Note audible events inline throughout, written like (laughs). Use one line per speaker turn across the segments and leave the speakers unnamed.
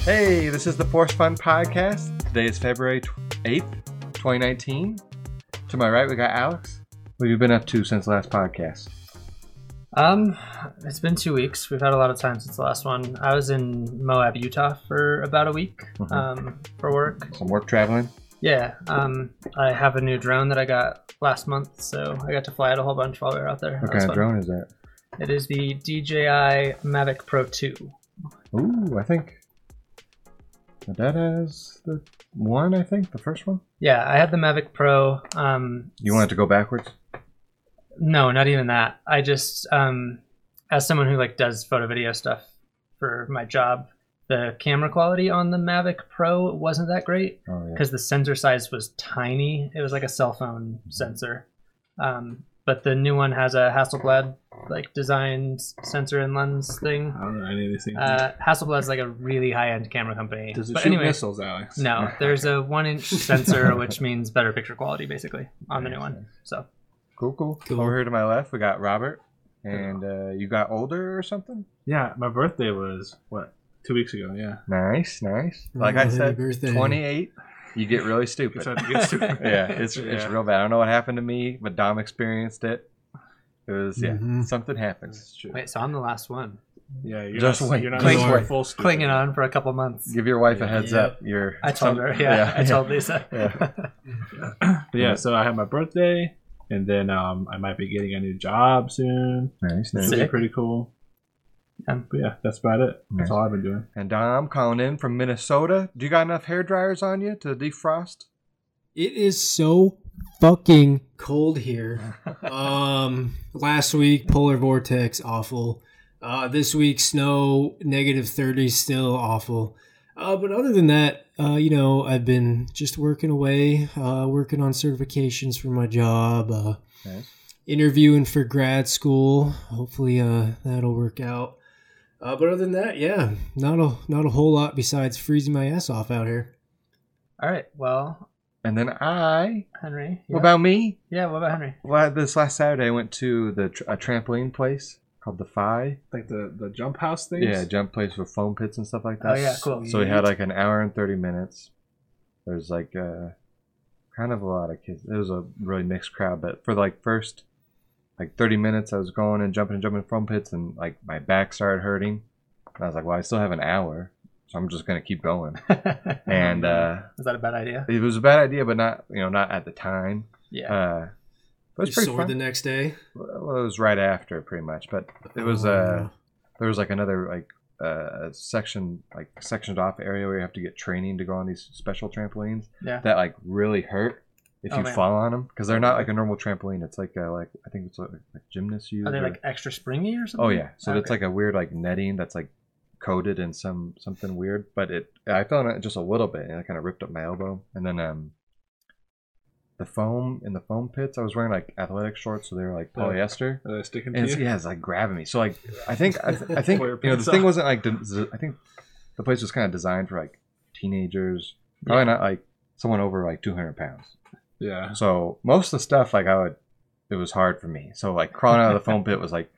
Hey, this is the Force Fun Podcast. Today is February tw- 8th, 2019. To my right, we got Alex. What have you been up to since last podcast?
Um, it's been two weeks. We've had a lot of time since the last one. I was in Moab, Utah for about a week
Mhm.
um, for work.
Some work traveling?
Yeah, um, I have a new drone that I got last month, so I got to fly it a whole bunch while we were out there.
What
That
kind
was
of
fun.
drone is that?
It is the DJI Mavic Pro 2.
Ooh, I think that is the one, I think, the first one.
Yeah, I had the Mavic Pro. Um,
You wanted to go backwards?
No, not even that. I just, um, as someone who like does photo video stuff for my job, the camera quality on the Mavic Pro wasn't that great.
Oh, yeah.
because the sensor size was tiny. It was like a cell phone sensor. Um, but the new one has a Hasselblad like design s- sensor and lens thing.
I don't know any of these things.
Uh, Hasselblad's like a really high end camera company.
Does it
but
shoot
anyway,
missiles, Alex?
no, there's a one inch sensor, which means better picture quality basically on the new one. So
Cool, cool, Over here to my left, we got Robert. And uh, you got older or something?
Yeah, my birthday was what two weeks ago. Yeah.
Nice, nice. Like I
happy
said,
birthday.
28, you get really
It's
stupid.
on (laughs) Instagram.
(laughs)
yeah, it's it's
Yeah.
real bad. I don't know what happened to me, but Dom experienced it. It was yeah,
Mm-hmm.
Mhm.
something happens.
That's true.
wait, so I'm the last one,
Yeah, you're
Just
not,
wait.
You're not
Cling-
going
wait.
full stupid.
clinging on for a couple months.
Give your wife a
Yeah.
heads up. You're
I told
some-
her, yeah,
(laughs)
I told Lisa.
Yeah.
But (laughs) yeah, so I had my birthday, and then um, I might be getting a new job soon.
Nice,
It's
nice.
gonna be
Sick.
pretty cool.
Um,
But yeah, that's about it.
Nice.
That's all I've been doing.
And Dom calling in from Minnesota. Do you got enough hair dryers on you to defrost?
It is so fucking cold here. um, last week polar vortex awful. Uh, this week snow negative thirty still awful. Uh, but other than that, uh, you know, I've been just working away, uh, working on certifications for my job, uh,
Nice.
interviewing for grad school. Hopefully, uh, that'll work out. Uh, but other than that, yeah, not a not a whole lot besides freezing my ass off out here.
All right, well,
And then I.
Henry.
What
yeah.
about me?
yeah? What about Henry?
Well, this last Saturday, I went to the tr- a trampoline place called the Phi.
Like the the jump house things.
Yeah, jump place with foam pits and stuff like that.
Oh yeah, cool.
So we had like an hour and 30 minutes. There's like uh, kind of a lot of kids. It was a really mixed crowd, but for like first like 30 minutes, I was going and jumping and jumping from pits, and like my back started hurting. And I was like, well, I still have an hour, so I'm just gonna keep
(laughs)
going. and uh,
Is that a bad idea?
it was a bad idea, but not you know not at the time.
Yeah.
Uh, but it was
you
pretty
soared
fun.
the next day.
well, it was right after pretty much, but it was
Oh,
uh there was like another like uh section like sectioned off area where you have to get training to go on these special trampolines
Yeah.
that like really hurt if
Oh,
you
man.
fall on them because they're not like a normal trampoline it's like a, like i think it's like, like gymnasts use
Are they
or-
like extra springy or something?
oh yeah so it's like a weird like netting that's like coated in some something weird but it i fell on it just a little bit and it kind of ripped up my elbow and then um the foam in the foam pits i was wearing like athletic shorts so they were like
Yeah.
polyester
Are they sticking
and
to
it's,
you?
yeah, it's like grabbing me. So like, I think I, th- I think
Pull
you
your
know
pants
the thing
off.
wasn't like de- I think the place was kind of designed for like teenagers, probably not like someone over like 200 pounds.
Yeah.
So most of the stuff like I would, it was hard for me. So like crawling out of the foam pit was like,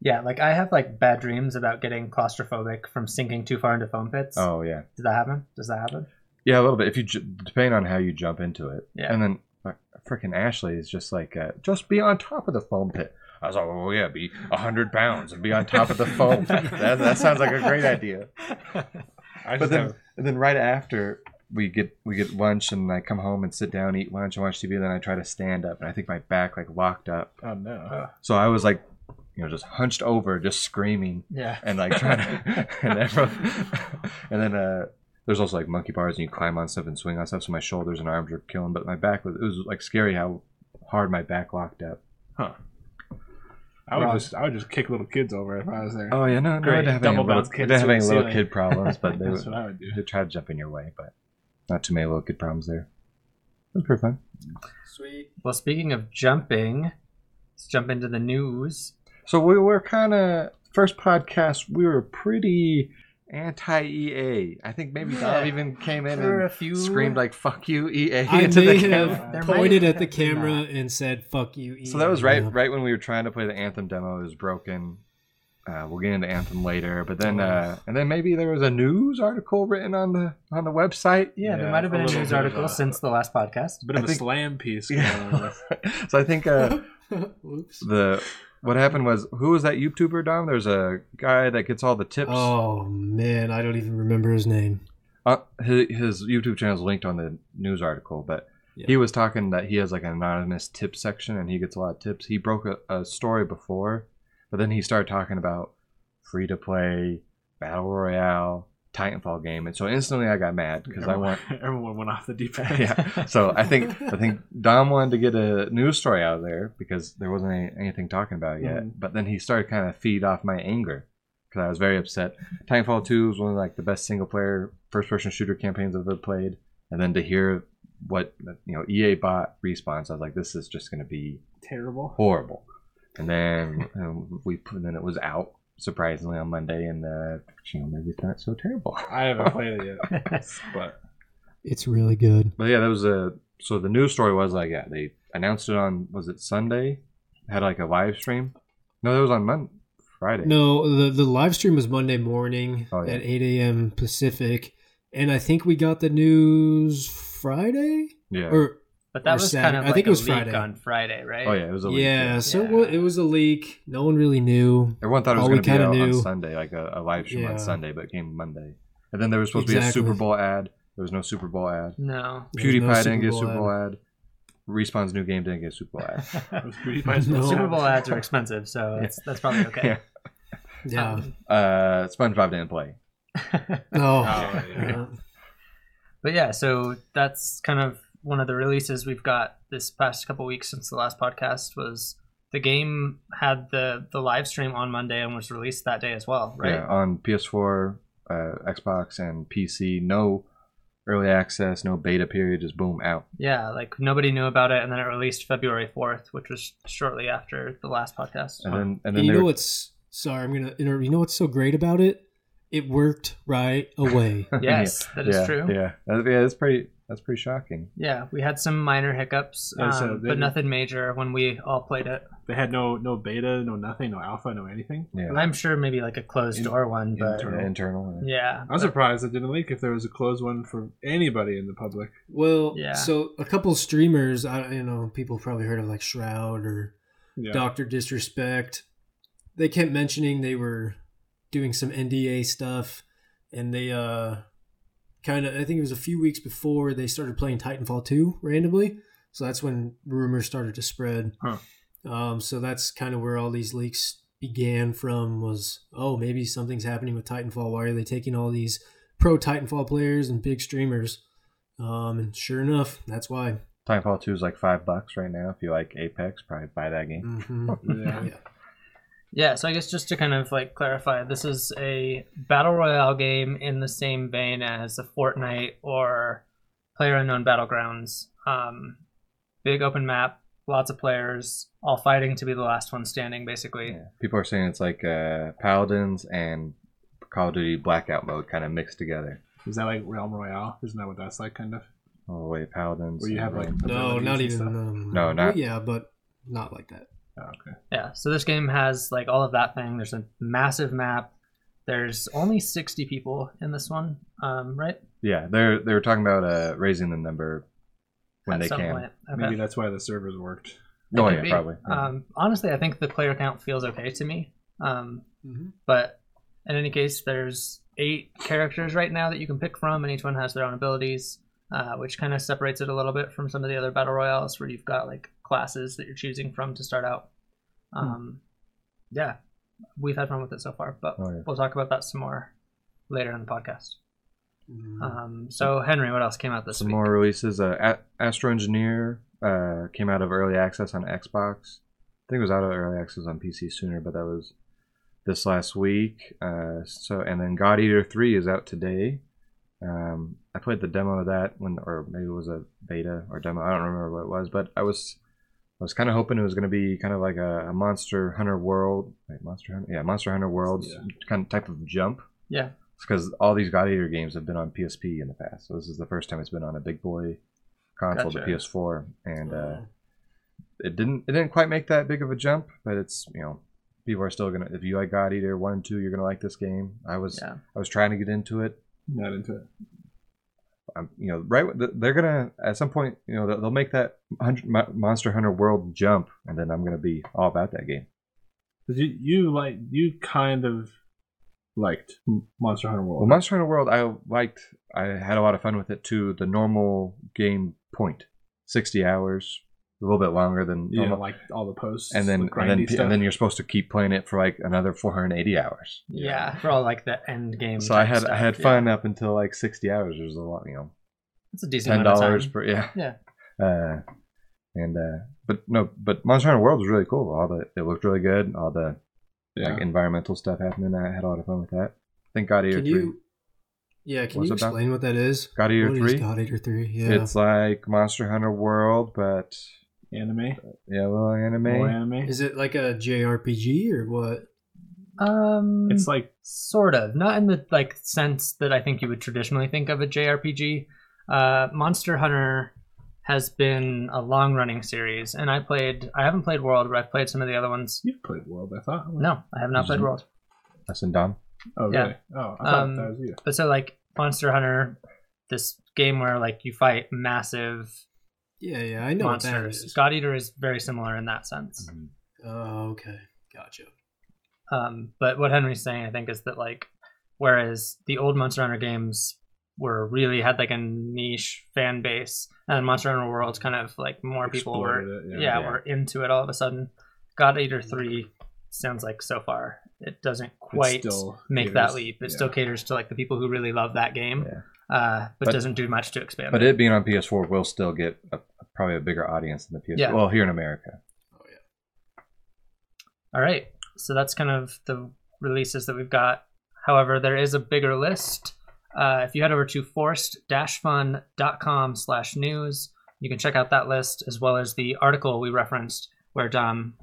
Yeah, like I have like bad dreams about getting claustrophobic from sinking too far into foam pits.
oh yeah,
Does that happen? Does that happen?
yeah, a little bit. If you ju- depending on how you jump into it,
Yeah.
and then like, freaking Ashley is just like, uh, just be on top of the foam pit. I was like, oh yeah, be 100 pounds and be on top of the foam. that, that sounds like a great idea.
I
but
just
then,
have,
and then right after we get we get lunch and I come home and sit down, eat lunch and watch TV. And then I try to stand up and I think my back like locked up.
oh no.
So I was like, you know, just hunched over, just screaming
Yeah.
and like trying
(laughs)
to. (laughs) and, everyone, and then uh, there's also like monkey bars and you climb on stuff and swing on stuff. So my shoulders and arms were killing, but my back was it was like scary how hard my back locked up.
I would
Wrong.
just I would just kick little kids over if I was there.
Oh yeah, no, no, I
Great.
didn't have any
Double
little,
bounce
I
kids
didn't have
to
any
the
little
ceiling.
kid problems,
(laughs)
but they
That's
were,
what I would do.
they tried to jump in your way, but not too many little kid problems there. It was pretty fun.
Sweet.
Well, speaking of jumping, let's jump into the news.
So we were kind of first podcast. We were pretty anti EA. I think maybe Dom
Yeah.
even came in
For a
and
few
screamed like "fuck you, EA"
I
into
may
the
have
camera.
There might
pointed
have
at the
been
camera and said "fuck you."
So that was right,
Ian."
right when we were trying to play the anthem demo. It was broken. Uh, we'll get into Anthem later, but
Oh,
then uh, and then maybe there was a news article written on the on the website.
Yeah,
Yeah,
there might have been
a
a
little
news
bit of
article
a-
since the last podcast. (laughs)
It's a bit
I
of a
think-
slam piece. going on
Yeah.
with-
(laughs) so I think uh,
(laughs) Whoops.
the what happened was who was that YouTuber Dom? There's a guy that gets all the tips.
Oh man, I don't even remember his name.
Uh, his, his YouTube channel is linked on the news article, but
Yeah.
he was talking that he has like an anonymous tip section and he gets a lot of tips. He broke a, a story before, but then he started talking about free to play battle royale Titanfall game, and so instantly I got mad because I
everyone,
want.
(laughs) everyone went off the deep end.
yeah, so I think I think Dom wanted to get a news story out of there because there wasn't any, anything talking about it yet.
Mhm.
But then he started kind of feed off my anger because I was very upset. Titanfall Two was one of like the best single player first person shooter campaigns I've ever played, and then to hear what you know EA bought response, I was like, this is just going to be
(laughs) terrible.
horrible. And then um, we put- and then it was out surprisingly on Monday, and uh, you know maybe it's not so terrible.
I haven't played it yet, but
It's really good.
But yeah, that was a so the news story was like yeah they announced it on was it Sunday had like a live stream. No, that was on Monday, Friday.
No, the the live stream was Monday morning
Oh, yeah.
at eight a.m. Pacific, and I think we got the news Friday
Yeah.
or
But that
Or
was
Sat-
kind of
I
like
think
a
it was
leak
Friday.
on Friday, right?
oh yeah, it was a
yeah,
leak.
So
Yeah.
it wa- it was a leak. No one really knew.
Everyone thought it was
All we
going to be
kinda
out on
knew-
Sunday, like a, a live stream
Yeah.
on Sunday, but it came Monday. And then there was supposed to
Exactly.
be a Super Bowl ad. There was no Super Bowl ad.
No.
There was
PewDiePie
no
didn't get a
Bowl
Super
ad.
Bowl ad. Respawn's new game didn't get a Super Bowl
(laughs)
ad.
(laughs) No.
Super Bowl ads are expensive, so that's,
(laughs)
that's probably Oh, okay.
Yeah.
Yeah.
Um,
Uh, SpongeBob didn't play.
(laughs)
oh.
(laughs)
Oh, yeah.
But yeah, so that's kind of one of the releases we've got this past couple weeks since the last podcast was the game had the the live stream on Monday and was released that day as well, right?
Yeah, on PS4, uh, Xbox, and PC. No early access, no beta period. Just boom, out.
Yeah, like nobody knew about it, and then it released February fourth, which was shortly after the last podcast.
And then, and
And
then
you
they
know
were-
what's sorry, I'm gonna interrupt. You know what's so great about it? It worked right away.
(laughs)
Yes, that is
yeah,
true. Yeah.
Yeah, That- yeah, that's pretty. That's pretty shocking.
we had some minor hiccups,
Yeah, so
um,
they-
but nothing major when we all played it.
They had no no beta, no nothing, no alpha, no anything.
Yeah,
I'm sure maybe like a closed
In-
door one, but
internal. internal, yeah.
yeah,
I'm surprised it didn't leak. If there was a closed one for anybody in the public,
Well,
Yeah.
so a couple streamers, I you know, people probably heard of like Shroud or
yeah,
Doctor Disrespect. They kept mentioning they were doing some NDA stuff, and they uh kind of I think it was a few weeks before they started playing Titanfall two randomly. So that's when rumors started to spread.
Huh.
Um, so that's kind of where all these leaks began from. Was oh maybe something's happening with Titanfall? Why are they taking all these pro Titanfall players and big streamers? Um, and sure enough, that's why.
Timefall Two is like five bucks right now. If you like Apex, probably buy that
Mm.
game.
hmm
yeah.
yeah.
Yeah, so I guess just to kind of like clarify, this is a battle royale game in the same vein as a Fortnite or Player Unknown Battlegrounds. Um, big open map, lots of players, all fighting to be the last one standing, basically.
Yeah. People are saying it's like uh, Paladins and Call of Duty Blackout mode kind of mixed together.
Is that like Realm Royale? Isn't that what that's like, kind of?
Oh wait, Paladins.
Where you have, like,
No,
abilities
not
and
even.
stuff.
Um,
No, not-
Yeah, but not like that.
Oh, okay.
Yeah, so this game has like all of that thing. There's a massive map. There's only 60 people in this one, um, right?
yeah, they're they were talking about uh, raising the number when
At
they
some
can.
point. Okay.
Maybe that's why the servers worked.
It
Oh
could
yeah,
be.
probably.
Um, honestly, I think the player count feels okay to me. Um,
Mm-hmm.
But in any case, there's eight characters right now that you can pick from, and each one has their own abilities, uh, which kind of separates it a little bit from some of the other battle royales where you've got like classes that you're choosing from to start out.
Hmm.
Um, Yeah, we've had fun with it so far, but
Oh, yeah.
we'll talk about that some more later in the podcast.
Mm-hmm.
Um, so Henry, what else came out this
Hmm. some
week?
more releases. Uh, A- Astro Engineer uh, came out of early access on Xbox. I think it was out of early access on PC sooner, but that was this last week. Uh, so and then God Eater Three is out today. Um, I played the demo of that when, or maybe it was a beta or demo. I don't remember what it was, but I was I was kind of hoping it was going to be kind of like a, a Monster Hunter World, wait, Monster Hunter, yeah, Monster Hunter World
Yeah.
kind of type of jump
Yeah,
because all these God Eater games have been on PSP in the past. So this is the first time it's been on a big boy console, the
Gotcha.
uh, PS4, and uh, it didn't it didn't quite make that big of a jump, but it's you know people are still gonna. If you like God Eater one and two, you're gonna like this game. I was
Yeah.
I was trying to get into it.
Not into it.
I'm, you know, right? th- They're gonna at some point, you know, they'll- they'll make that hundred, Mo- Monster Hunter World jump, and then I'm gonna be all about that game.
'Cause you, you like you kind of liked M- Monster Hunter World.
Well, Monster Hunter World, I liked. I had a lot of fun with it too. The normal game point, sixty hours, a little bit longer than
you
normal.
didn't like all the posts
Oh, and
the
then and
grindy
then,
stuff.
and then you're supposed to keep playing it for like another 480 hours.
Yeah. for all like the end game.
So I
type
had I
stuff,
had
yeah.
fun up until like 60 hours. There's a lot, you know,
It's a decent
ten
amount of
dollars
time.
per yeah
Yeah.
(laughs) Uh, and uh, but no, but Monster Hunter World was really cool. All the it looked really good. All the
yeah.
like environmental stuff happening. I had a lot of fun with that. I think God Eater
Can
Three.
you? Yeah, can
What's
you
it about?
explain what that is?
God Eater
What is
Three.
God Eater Three? Yeah.
It's like Monster Hunter World, but
anime,
yeah, a little anime.
more anime.
is it like a JRPG or what?
Um,
It's like
sort of not in the like sense that i think you would traditionally think of a jrpg uh, monster hunter has been a long running series and i played i haven't played world but i've played some of the other ones
you played World, I thought.
no i have not played
Mm-hmm.
Mhm.
world
Us and Dom.
Oh
Yeah.
really? Oh, I thought
Um,
that was you.
but so like monster hunter this game where like you fight massive
Yeah, yeah, I know what that
monsters
is.
god eater is very similar in that sense
Mm-hmm.
Oh, okay, gotcha.
Um, but what Henry's saying, I think, is that like, whereas the old Monster Hunter games were really had like a niche fan base, and Monster Hunter World kind of like more people were
Exploded
yeah,
it,
were into it all of a sudden. God Eater Three sounds like so far it doesn't quite
still
make
caters-
that leap. It
yeah.
still caters to like the people who really love that game,
Yeah.
uh, but,
But-
doesn't do much to expand.
But it being on PS4 will still get a, probably a bigger audience than the PS4.
Yeah.
Well, here in America.
Oh yeah.
All right. So that's kind of the releases that we've got. However, there is a bigger list. Uh, if you head over to forced-fun.com slash news, you can check out that list as well as the article we referenced where Dom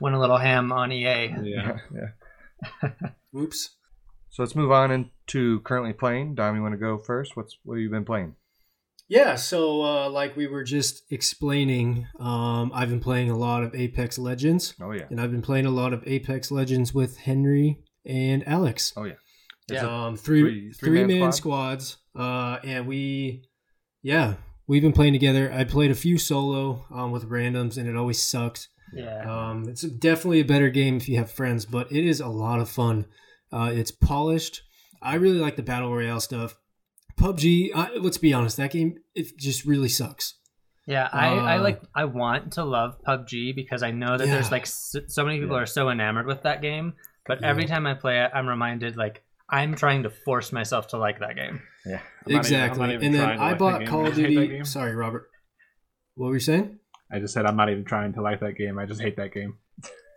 went a little ham on E EA.
(laughs)
(laughs)
Yeah.
(laughs) yeah.
Oops.
So let's move on into currently playing. Dom, you want to go first? What's what have you been playing?
Yeah, so uh, like we were just explaining, um, I've been playing a lot of Apex Legends,
Oh yeah.
and I've been playing a lot of Apex Legends with Henry and Alex.
Oh yeah.
Yeah.
um, three
three-
three
three-man
man squads. Uh, and we, yeah, we've been playing together. I played a few solo um, with randoms, and it always sucked.
Yeah.
Um, it's definitely a better game if you have friends, but it is a lot of fun. Uh, it's polished. I really like the battle royale stuff. PUBG, I, let's be honest, that game it just really sucks.
Yeah, I, I
Uh,
like I want to love PUBG because I know that
Yeah.
there's like so, so many people
Yeah.
are so enamored with that game, but
Yeah.
every time I play it, I'm reminded like I'm trying to force myself to like that game.
Yeah.
I'm not even- I'm
exactly.
not even
and then
trying to
I
like that
bought
game. (laughs)
Call
I
of
hate that
Duty.
game.
Sorry, Robert. What were you saying?
I just said I'm not even trying to like that game. I just hate that game.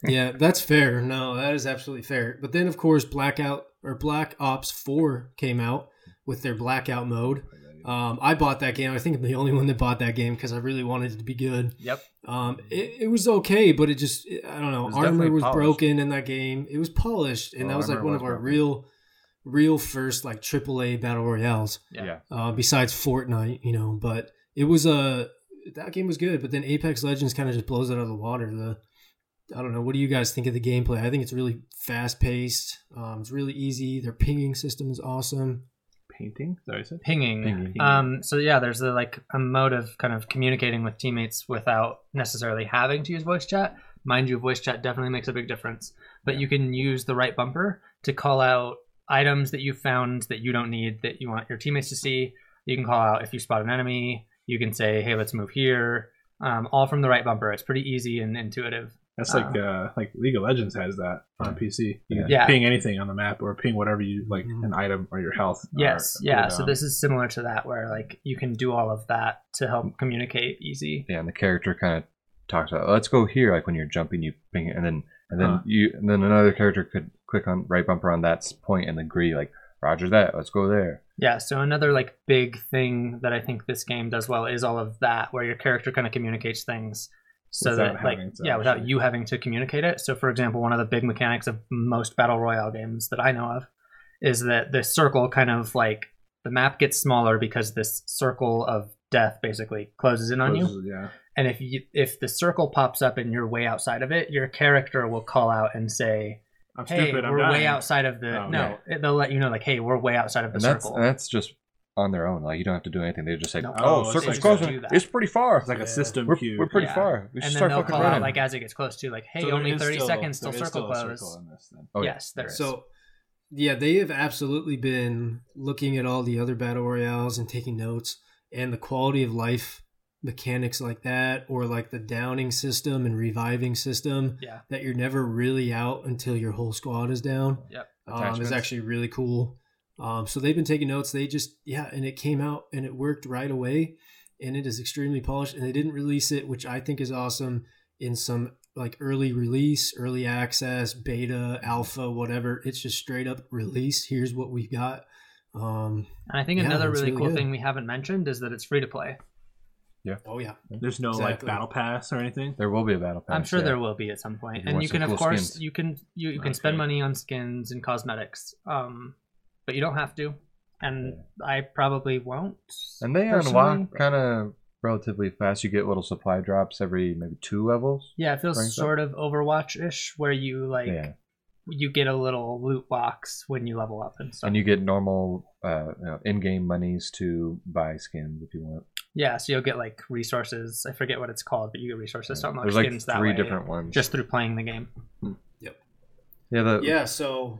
yeah, that's fair. No, that is absolutely fair. But then, of course, Blackout or Black Ops 4 came out with their Blackout mode. Um, I bought that game. I think I'm the only one that bought that game because I really wanted it to be good.
Yep.
Um, it, it was okay, but it just, I don't know.
was
armor
definitely
was
polished.
broken in that game. It was polished, and
Well,
that was like
armor
one
was
of our
broken.
real, real first like AAA battle royales
Yeah.
uh, besides Fortnite, you know. But it was a that game was good. But then Apex Legends kind of just blows it out of the water. The I don't know. What do you guys think of the gameplay? I think it's really fast paced. Um, it's really easy. Their pinging system is awesome.
Painting? Sorry, I said.
pinging.
Pinging.
Um, so yeah, there's a, like a mode of kind of communicating with teammates without necessarily having to use voice chat. Mind you, voice chat definitely makes a big difference, but you can use the right bumper to call out items that you found that you don't need that you want your teammates to see. You can call out if you spot an enemy. You can say, "Hey, let's move here." Um, all from the right bumper. It's pretty easy and intuitive.
That's like uh, like League of Legends has that on PC. You can
Yeah.
ping anything on the map or ping whatever you like
Mhm.
an item or your health. or
Yes, yeah. So
cooldown.
this is similar to that, where like you can do all of that to help communicate easy.
Yeah, and the character kind of talks about, let's go here. Like when you're jumping, you ping it, and then and then
Huh.
you and then another character could click on right bumper on that s- point and agree like, Roger that. Let's go there.
Yeah, so another like big thing that I think this game does well is all of that, where your character kind of communicates things so
Without
that like
having to
yeah, without
actually-
you having to communicate it. So for example, one of the big mechanics of most battle royale games that I know of is that the circle kind of like the map gets smaller because this circle of death basically closes in on you.
Yeah.
and if you if the circle pops up and you're way outside of it, your character will call out and say,
I'm
"Hey,
stupid. I'm
we're
dying.
way outside of the."
Oh,
no, it- they'll let you know like, "Hey, we're way outside of the
and that's
circle."
and that's just on their own. Like you don't have to do anything. They just like,
No.
oh,
Oh, it's
circle's
like- do
closing.
that.
It's pretty far.
It's like
Yeah.
a system
we're,
cue.
we're pretty
Yeah.
far. We should
and then
start
they'll
fucking
call
running.
out like as it gets close to like, "Hey,
So there
only
is
30
still-
seconds till
there is
circle
still a
close."
circle in this thing.
Oh, yeah.
yes, there is.
So, yeah, they have absolutely been looking at all the other battle royales and taking notes and the quality of life mechanics like that, or like the downing system and reviving system
Yeah.
that you're never really out until your whole squad is down.
Yep.
Um,
Attachments.
is actually really cool. Um, so they've been taking notes. They just yeah, and it came out and it worked right away, and it is extremely polished. And they didn't release it, which I think is awesome. In some like early release, early access, beta, alpha, whatever. It's just straight up release. Here's what we've got. Um,
And I think
Yeah,
another
it's
really,
really
cool
good.
thing we haven't mentioned is that it's free to play.
oh yeah,
There's no
Exactly.
like battle pass or anything.
There will be a battle pass.
I'm sure
yeah.
there will be at some point.
If you
and
want
you
some
can of
cool
course
skins.
you can you, you can spend
Okay.
money on skins and cosmetics. Um but you don't have to. And I probably won't.
And they
personally.
unlock kind of relatively fast. You get little supply drops every maybe two levels.
Yeah,
Frank,
it feels
though?
sort of Overwatch ish where you like
yeah,
you get a little loot box when you level up and stuff.
and you get normal uh, you know, in-game monies to buy skins if you want.
yeah, so you'll get like resources. I forget what it's called, but you get resources to unlock
There's like
skins that
three
way
different ones.
just through playing the game.
yeah, the,
yeah. So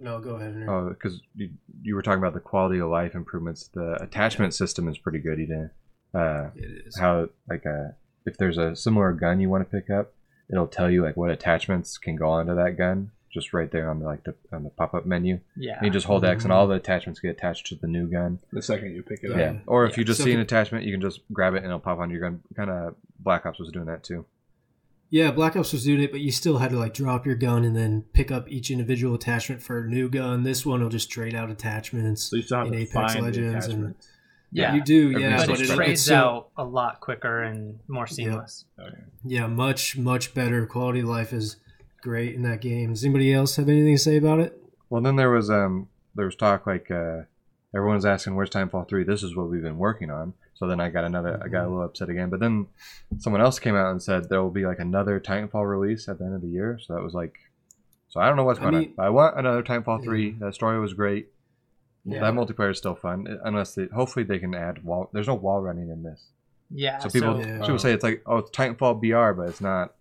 no, go ahead. Hunter.
Oh, because you, you were talking about the quality of life improvements. The attachment system is pretty good. You didn't uh,
It is.
how like uh, if there's a similar gun you want to pick up, it'll tell you like what attachments can go onto that gun just right there on the like the on the pop up menu.
Yeah.
And you just hold X and all the attachments get attached to the new gun.
The second you pick it
Yeah.
up.
Yeah.
Or if you
Yeah.
just
So
see
if
an
you-
attachment, you can just grab it and it'll pop onto your gun. Kind of Black Ops was doing that too.
Yeah, Black Ops was doing it, but you still had to like drop your gun and then pick up each individual attachment for a new gun. This one will just trade out attachments.
So you still have
In
to
Apex
find
Legends and-
the attachment.
yeah.
You do,
Every
yeah,
single
but
but
it
it,
strike.
it's
trades
still-
out a lot quicker and more seamless.
Yeah, much much better quality of life is great in that game. Does anybody else have anything to say about it?
Well, then there was um there was talk like uh, everyone's asking where's Timefall three. This is what we've been working on. So then I got another. I
Mm-hmm.
got a little upset again. But then someone else came out and said there will be like another Timefall release at the end of the year. So that was like, so I don't know what's
I
going
mean-
on. But I want another Timefall three. That story was great.
Yeah.
That multiplayer is still fun. uh, Unless they, hopefully they can add wall. There's no wall running in this.
Yeah.
So people
Yeah. uh,
people say it's like oh it's Titanfall BR, but it's not.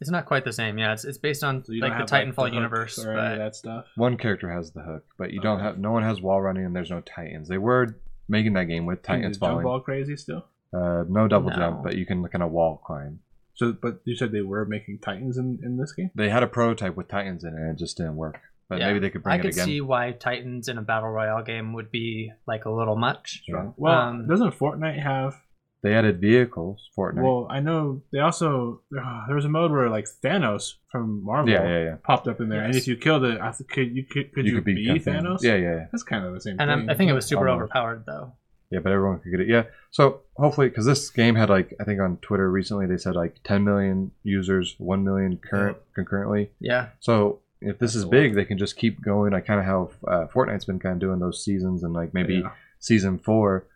It's not quite the same. Yeah, it's, it's based on
So you
like
don't
the
have, like,
Titanfall
hooks
universe,
or any of
but
that stuff.
One character has the hook, but you don't
Okay.
have. No one has wall running, and there's no Titans. They were making that game with
Can you
Titans
jump
falling.
all crazy still.
Uh, no double
No.
jump, but you can kind of wall climb.
So, but you said they were making Titans in, in this game.
They had a prototype with Titans in it, and it just didn't work. But
Yeah.
maybe they could bring
I
it
could
again.
see why Titans in a battle royale game would be like a little much.
Yeah.
Well,
Um,
doesn't Fortnite have?
They added vehicles, Fortnite.
Well, I know they also ah, there was a mode where like Thanos from Marvel
yeah, yeah, yeah.
popped up in there, and
Yes.
if you killed it, I th- could you could, could you, be, Thanos?
Yeah, yeah, yeah.
that's kind of the same
And
thing.
I'm, I think it was super
Almost.
overpowered though.
Yeah, but everyone could get it. Yeah. So hopefully, because this game had like I think on Twitter recently they said like 10 million users, 1 million current concurrently.
Yeah.
So if this
That's
is
a lot.
big, they can just keep going. I kind of how uh, Fortnite's been kind of doing those seasons, and like maybe
Yeah.
season four,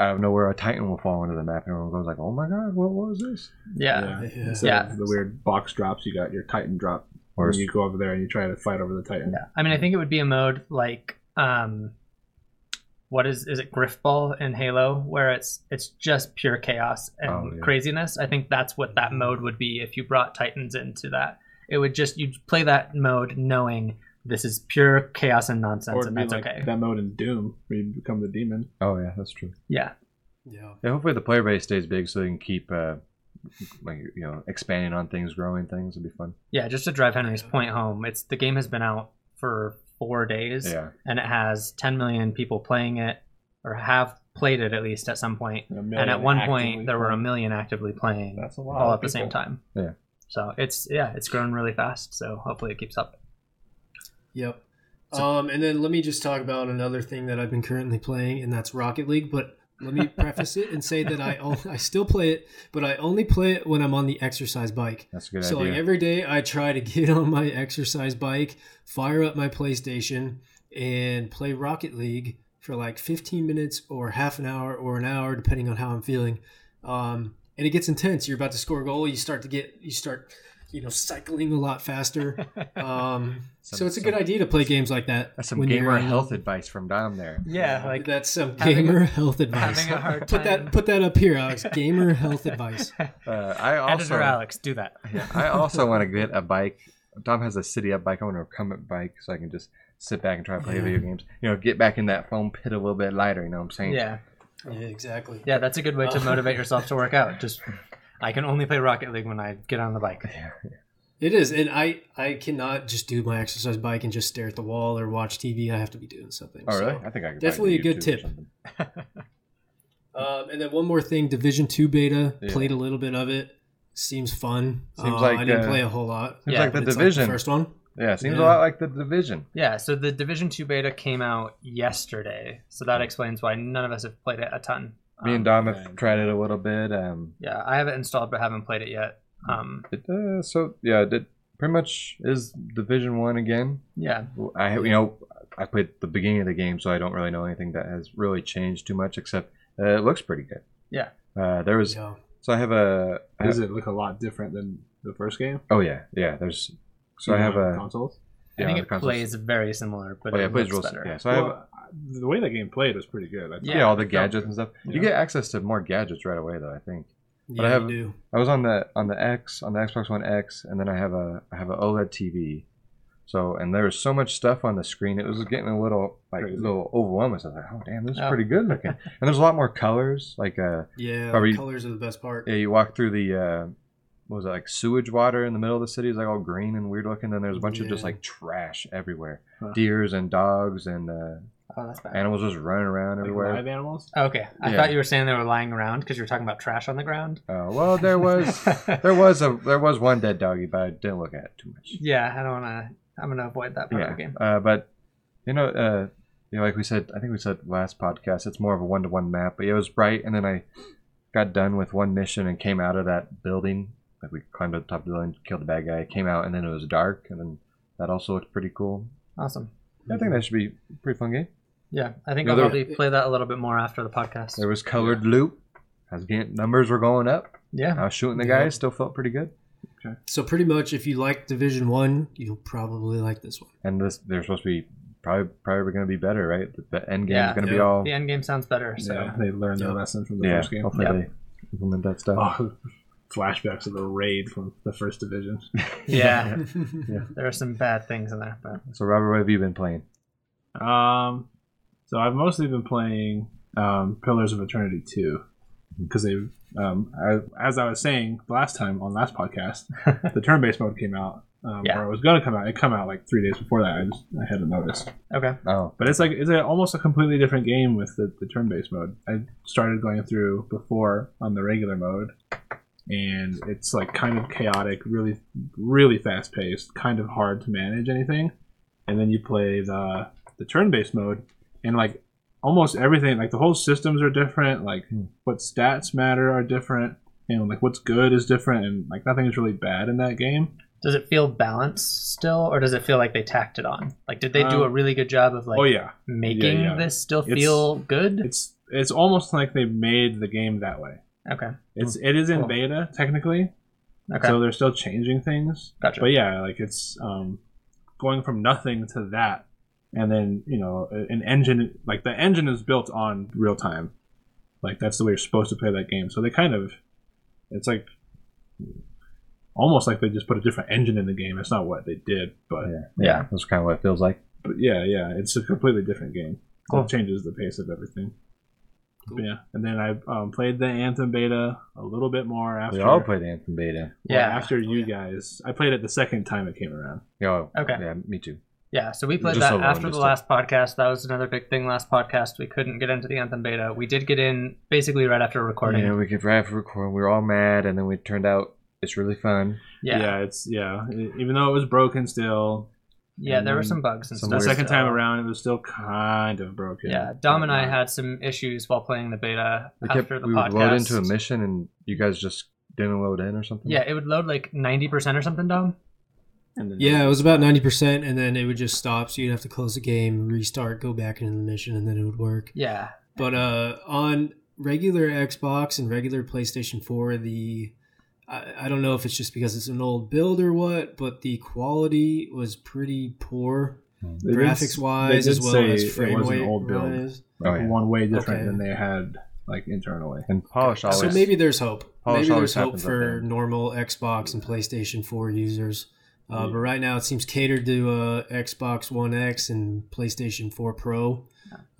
out of nowhere, a Titan will fall into the map, and everyone goes like, "Oh my god, what was this?"
Yeah.
Yeah.
Yeah.
Instead
Yeah.
of the weird box drops, you got your Titan drop.
Or
Where you go over there and you try to fight over the Titan.
Yeah. I mean, I think it would be a mode like um, what is is it Griffball in Halo, where it's it's just pure chaos and
Oh, yeah.
craziness. I think that's what that mode would be if you brought Titans into that. It would just you'd play that mode knowing this is pure chaos and nonsense,
it'd
and
be
that's
like
okay.
that mode in Doom where you become the demon.
oh yeah, that's true.
Yeah.
Yeah.
Yeah, hopefully the player base stays big so they can keep uh, like you know expanding on things, growing things. It'd be fun.
Yeah, just to drive Henry's point home, it's the game has been out for four days
Yeah,
and it has 10 million people playing it or have played it at least at some point.
A
And
million
at one
actively
point, there were a
playing.
million actively playing
That's a lot
all
of
at the same
people.
time.
Yeah.
So it's yeah, it's grown really fast. So hopefully it keeps (laughs) up.
Yep. Um, and then let me just talk about another thing that I've been currently playing, and that's Rocket League. But let me preface it and say that I only, I still play it, but I only play it when I'm on the exercise bike.
that's a good
so
idea.
like every day i try to get (laughs) on my exercise bike fire up my playstation and play rocket league for like 15 minutes or half an hour or an hour depending on how i'm feeling um, and it gets intense. You're about to score a goal. You start to get you start you know cycling a
(laughs)
lot faster.
Uh,
Um,
Some-
so it's a
some-
good idea to play games like that.
That's some
when you're
gamer
in- (laughs)
health advice from Dom there.
Yeah, like
that's some
having a-
gamer health advice.
having a hard
put
time.
that put that up here,
(laughs)
Alex. Gamer health advice.
Uh, I also
editor Alex, do that.
Yeah, I also want to get a bike. Tom has a city up bike. I want a recumbent bike so I can just sit back and try to play
Yeah.
video games. You know, get back in that foam pit a little bit lighter. You know what I'm saying?
Yeah,
Yeah, exactly.
yeah, that's a good way to
Uh.
motivate yourself to work out. (laughs) Just I can only play Rocket League when I get on the bike.
It is, and I I cannot just do my exercise bike and just stare at the wall or watch TV. I have to be doing something.
Oh,
so.
really? I think I could find
Definitely a good
YouTube or
tip.
something.
Um, and then one more thing, Division Two beta.
Yeah.
Played a little bit of it. Seems fun.
Seems
Uh,
like,
I didn't
uh,
play a whole lot.
Seems
Yeah,
like the
but it's
division.
the first one.
yeah, seems a
Yeah.
lot like the division.
Yeah, so the Division Two beta came out yesterday, so that explains why none of us have played it a ton.
Me and
Um,
Dom have
right.
tried it a little bit. Um,
Yeah, I have it installed but haven't played it yet. Um,
it, uh, so yeah, it pretty much is division one again.
yeah,
Well, I you know I played the beginning of the game, so I don't really know anything that has really changed too much except uh, it looks pretty good.
Yeah.
Uh, there was
Yeah.
so I have a I have-
Does it look a lot different than the first game?
Oh yeah, yeah. There's so I
Even
have
on
a
consoles.
yeah,
I think
the
it
consoles.
plays very similar, but
Oh, yeah,
it
it plays
looks
real
better.
yeah. So I have
Well, the way the game played was pretty good. I thought.
yeah, all the gadgets and stuff. You
Yeah.
get access to more gadgets right away though. I think
Yeah,
But I have-
you do.
I was on the on the X on the Xbox One X, and then I have a I have a OLED TV. So and there was so much stuff on the screen, it was getting a little like a
Crazy.
little overwhelming. So I was like, oh damn, this is
Oh.
pretty good
(laughs)
looking. and there's a lot more colors. Like uh,
Yeah,
Are we-
the colors are the best part.
yeah, you walk through the uh, what was it like sewage water in the middle of the city is like all green and weird looking. Then there's a bunch of just
Yeah.
like trash everywhere,
Huh.
deers and dogs and uh,
Oh, that's bad.
animals just running around
Like
everywhere.
live animals.
Okay, I
Yeah.
thought you were saying they were lying around because you were talking about trash on the ground.
Uh, well, there
(laughs)
was
(laughs)
there was a there was one dead doggy, but I didn't look at it too much.
yeah, I don't want to. I'm going to avoid that part of the game.
Uh, but you know, uh, you know, like we said, I think we said last podcast, it's more of a one-to-one map. But it was bright, and then I got done with one mission and came out of that building. Like we climbed up the top of the building, killed the bad guy, came out, and then it was dark, and then that also looked pretty cool.
Awesome.
I think that should be a pretty fun game.
Yeah, I think
Yeah,
I'll
there-
probably play that a little bit more after the podcast.
There was colored loop. As again, numbers were going up.
Yeah,
I was shooting the
Yeah.
guys, still felt pretty good.
So pretty much, if you like Division One, you'll probably like this one.
And this, they're supposed to be probably probably going to be better, right? The, the end game
Yeah.
is going to be
Yeah.
all
the end game sounds better. So
yeah, they learned their
Yeah.
lesson from the first game.
Hopefully
Yeah.
they implement that stuff.
(laughs) Oh, (laughs) flashbacks of the raid from the first division.
(laughs) yeah,
Yeah.
there are some bad things in there, but
So Robert, what have you been playing?
Um, so I've mostly been playing um, Pillars of Eternity 2 because they, um, I, as I was saying last time on last podcast, (laughs) the turn-based mode came out. Um,
Yeah.
Or it was going to come out. It come out like three days before that. I just I hadn't noticed.
okay.
Oh,
But it's like it's a, almost a completely different game with the, the turn-based mode. I started going through before on the regular mode, and it's like kind of chaotic, really, really fast-paced, kind of hard to manage anything. And then you play the the turn-based mode, and like almost everything, like the whole systems are different. Like
Hmm.
what stats matter are different, and like what's good is different, and like nothing is really bad in that game.
Does it feel balanced still, or does it feel like they tacked it on? Like, did they do
Um,
a really good job of like
oh yeah,
making
yeah.
this still
It's-
feel good?
it's it's almost like they made the game that way.
Okay,
It's it is in
Cool.
beta technically,
okay,
so they're still changing things.
gotcha.
But yeah, like it's um, going from nothing to that, and then you know a- an engine like the engine is built on real time, like that's the way you're supposed to play that game. So they kind of, it's like almost like they just put a different engine in the game. That's not what they did, but
yeah,
Yeah.
That's kind of what it feels like.
but yeah, yeah, it's a completely different game.
Cool.
It changes the pace of everything.
Cool.
But yeah, and then I um, played the Anthem beta a little bit more after.
We all played Anthem Beta.
well,
Yeah.
after you
yeah.
guys. I played it the second time it came around.
Yeah. oh,
Okay.
Yeah, me too.
Yeah, so we played
Just
that
so everyone
after the
understood.
last podcast. That was another big thing last podcast. We couldn't get into the Anthem beta. We did get in basically right after recording.
Yeah, we could right after recording, we were all mad, and then we turned out it's really fun.
Yeah, yeah,
it's yeah. e- even though it was broken, still
there were
And
some bugs and
some
stuff.
the
Weird
second time
so-
around, it was still kind of broken.
Yeah, Dom and I had some issues while playing the beta
We
after
kept
the
we
podcast.
would load into a mission, and you guys just didn't load in or something.
Yeah, it would load like ninety percent or something, Dom.
And then-
(laughs) Yeah, it was about ninety percent, and then it would just stop. So you'd have to close the game, restart, go back into the mission, and then it would work.
Yeah,
But uh, on regular Xbox and regular PlayStation 4, the I, I don't know if it's just because it's an old build or what, but the quality was pretty poor
They did-
graphics wise
they
as
did
well
say
as
it
frame
was an
rate
old build.
wise.
Oh,
like
yeah.
one way different
Okay.
than they had like internally.
And polish always.
So maybe there's hope.
polish
maybe
always
there's hope
happens, I
for
think.
normal Xbox and PlayStation 4 users. Uh,
Yeah.
But right now, it seems catered to uh, Xbox One X and PlayStation 4 Pro.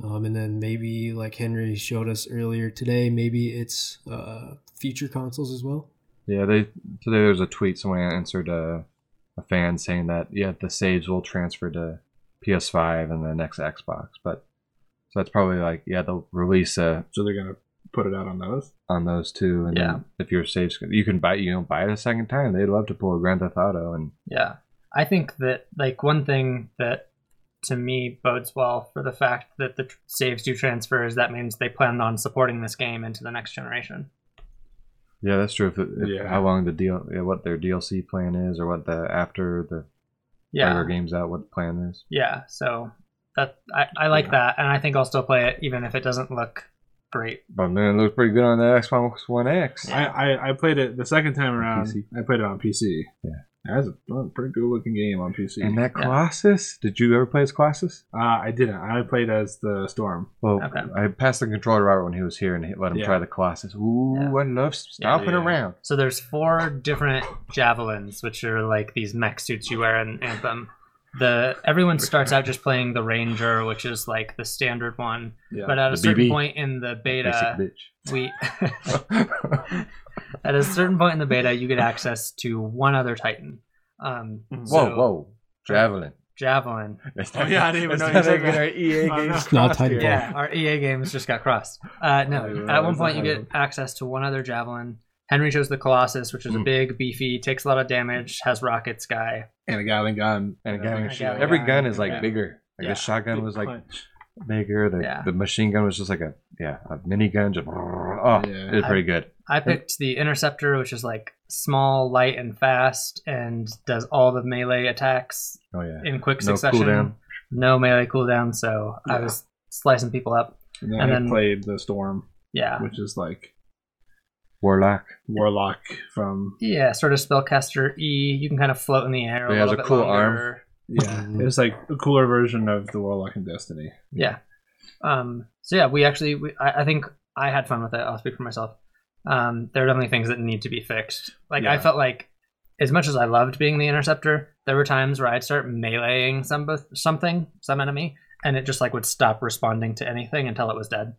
Um, and then maybe, like Henry showed us earlier today, maybe it's uh, future consoles as well.
Yeah, they today there was a tweet someone answered a, a fan saying that yeah the saves will transfer to PS5 and the next Xbox, but so that's probably like yeah they'll release a
So they're gonna put it out on those.
on those two, and
Yeah.
then if your saves you can buy you know buy it a second time. They'd love to pull a Grand Theft Auto, and
Yeah. I think that, like, one thing that to me bodes well for the fact that the tr- saves do transfer is that means they plan on supporting this game into the next generation.
yeah, that's true. If, it- if
Yeah.
how long the deal, yeah, what their DLC plan is, or what the after the
Yeah.
regular game's out, what the plan is.
Yeah. So that I, I like
Yeah.
that. And I think I'll still play it even if it doesn't look great.
But man, it looks pretty good on the Xbox One X.
I, I I played it the second time around.
PC.
I played it on PC.
Yeah.
that was a a pretty good looking game on PC.
And that
Yeah.
Colossus, did you ever play as Colossus?
uh, I didn't. I played as the storm.
Well,
Okay.
I passed the controller to Robert when he was here and he- let him
Yeah.
try the Colossus. Ooh,
Yeah.
I love stomping
Yeah.
around.
So there's four different javelins, which are like these mech suits you wear in Anthem. The everyone starts out just playing the ranger, which is like the standard one.
Yeah,
But uh, at a
the
certain
BB.
point in the beta,
Basic
we
bitch.
at a certain point in the beta, you get access to one other Titan. Um,
Whoa,
whoa,
so-
whoa. Javelin.
Javelin.
Oh, yeah, I didn't even
It's
know you
not E
said
even
that.
our EA
Oh,
games.
no.
It's not
Crossed here.
Titanfall.
Yeah, our EA games just got crossed. Uh,
I
no,
didn't
at one
realize
point you
that.
get access to one other javelin. Henry chose the Colossus, which is a
Mm.
big, beefy, takes a lot of damage, has rockets guy.
And a Gatling gun.
And a Gatling
gun.
Every
Yeah.
gun is like
Yeah.
bigger. Like the
Yeah.
shotgun was like
Punch.
bigger. The,
Yeah.
the machine gun was just like a yeah, a mini gun. Just, oh,
Yeah.
it was pretty good.
I picked the Interceptor, which is like small, light, and fast, and does all the melee attacks
Oh yeah.
in quick
No
succession.
cooldown.
No melee cooldown, so I
Yeah.
was slicing people up.
And then
And
I
then-
played the storm,
Yeah.
which is like
Warlock.
warlock from.
Yeah, sort of spellcaster E. You can kind of float in the air.
He
a
has
little
a
bit
cool arm.
longer.
Yeah, it's like a cooler version of the warlock in Destiny.
Yeah. Um, so yeah, we actually, we, I, I think I had fun with it. I'll speak for myself. Um, there are definitely things that need to be fixed. Like I
Yeah.
felt like, as much as I loved being the interceptor, there were times where I'd start meleeing some something, some enemy, and it just like would stop responding to anything until it was dead.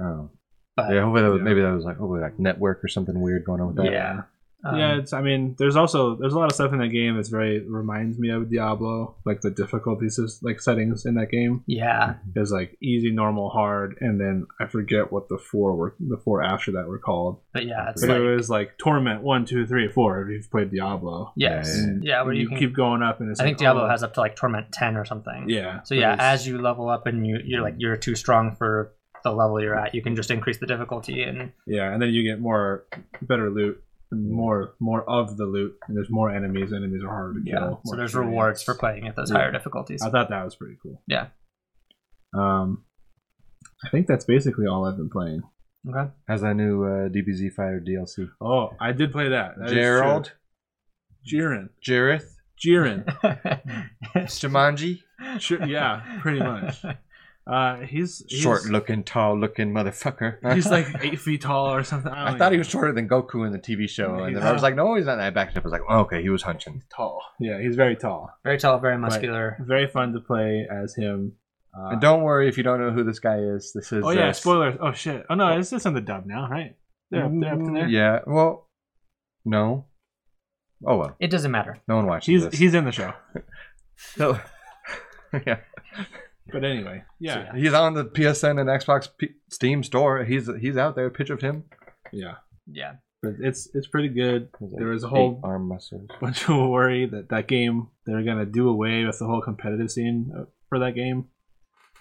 Oh.
But
Yeah,
Uh, yeah,
hopefully that was,
Yeah.
maybe that was like hopefully like network or something weird going on with that.
yeah. Um,
yeah, it's. I mean, there's also there's a lot of stuff in that game that's very reminds me of Diablo, like the difficulty sys- like settings in that game
yeah,
is like easy, normal, hard, and then I forget what the four were the four after that were called,
but yeah, it's
but
like
it was like torment one, two, three, four. If you've played Diablo,
yes,
Yeah,
yeah,
yeah,
where you,
you
can,
keep going up, and it's
I think
like,
Diablo
oh,
has up to like torment ten or something.
yeah.
So yeah, as you level up and you you're like you're too strong for the level you're at, you can just increase the difficulty and
yeah, and then you get more better loot. and More, more of the loot, and there's more enemies. Enemies are harder to kill.
yeah. So
more
there's
experience.
rewards for playing at those
Yeah.
higher difficulties.
I thought that was pretty cool.
Yeah.
Um, I think that's basically all I've been playing.
Okay.
How's that new uh, DBZ Fighter DLC?
Oh, I did play that. That is
Gerald,
true. Jiren,
Jareth,
Jiren.
Jumanji.
Sure, yeah,
(laughs)
pretty much. Uh, he's, he's
short looking, tall looking motherfucker.
(laughs) He's
(laughs)
Oh, like eight feet tall or something. I,
I thought he was shorter than Goku in the TV show, and then I was like, no, he's not. And I backed up. I was like, oh, okay, he was hunching.
tall. Yeah, he's very tall.
very tall, very muscular.
Very fun to play as him. Uh,
And don't worry if you don't know who this guy is. This is
oh yeah,
uh,
spoilers. Oh shit. Oh no, this is on the dub now, right? They're up, they're up to there.
Yeah. Well, no. Oh well,
It doesn't matter.
no one watches
He's
this.
he's in the show.
So- (laughs) yeah.
But anyway, yeah,
So,
He's on the PSN and Xbox P- Steam store. He's he's out there. Picture of him.
yeah.
Yeah.
But it's it's pretty good. (laughs)
He's like
There was a whole
eight arm muscles.
bunch of people worry that that game they're gonna do away with the whole competitive scene uh, for that game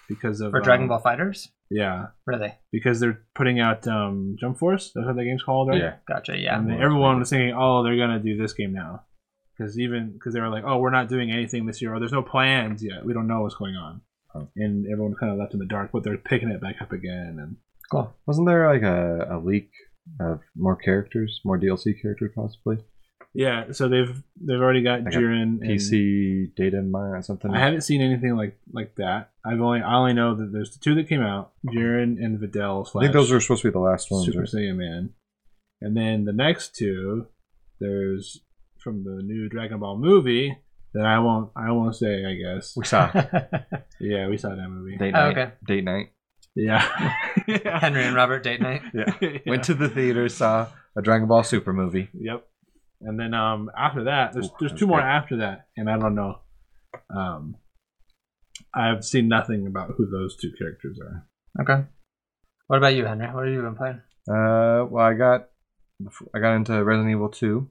because of
For
um,
Dragon Ball Fighters?
Yeah,
Really?
because they're putting out um, Jump Force. That's what that game's called, right?
Yeah.
Gotcha, yeah.
And then
Well,
everyone
maybe.
was thinking, oh, they're gonna do this game now, because even because they were like, oh, we're not doing anything this year, or there's no plans yet. We don't know what's going on,
Oh.
and everyone kind of left in the dark. But they're picking it back up again, and
Cool.
Wasn't there like a, a leak of more characters, more DLC characters possibly?
Yeah, so they've they've already got
Like a
Jiren. and-
PC data in mind or something?
I haven't seen anything like like that. I've only I only know that there's the two that came out, Jiren and Videl.
I
Slash
think those are supposed to be the last ones.
Super
right?
Saiyan Man. And then the next two, there's from the new Dragon Ball movie that I won't I won't say I guess.
We
(laughs)
saw
Yeah, we saw that movie.
date
Oh,
night.
okay.
Date night.
(laughs) yeah. yeah.
Henry and Robert date night.
Yeah.
(laughs)
Went to the theater, saw a Dragon Ball Super movie.
Yep. And then um after that, there's
Ooh,
there's
that
two
was
more
great.
after that, and I don't know. Um, I've seen nothing about who those two characters are.
Okay. What about you, Henry? What have you been playing?
Uh, well, I got I got into Resident Evil Two.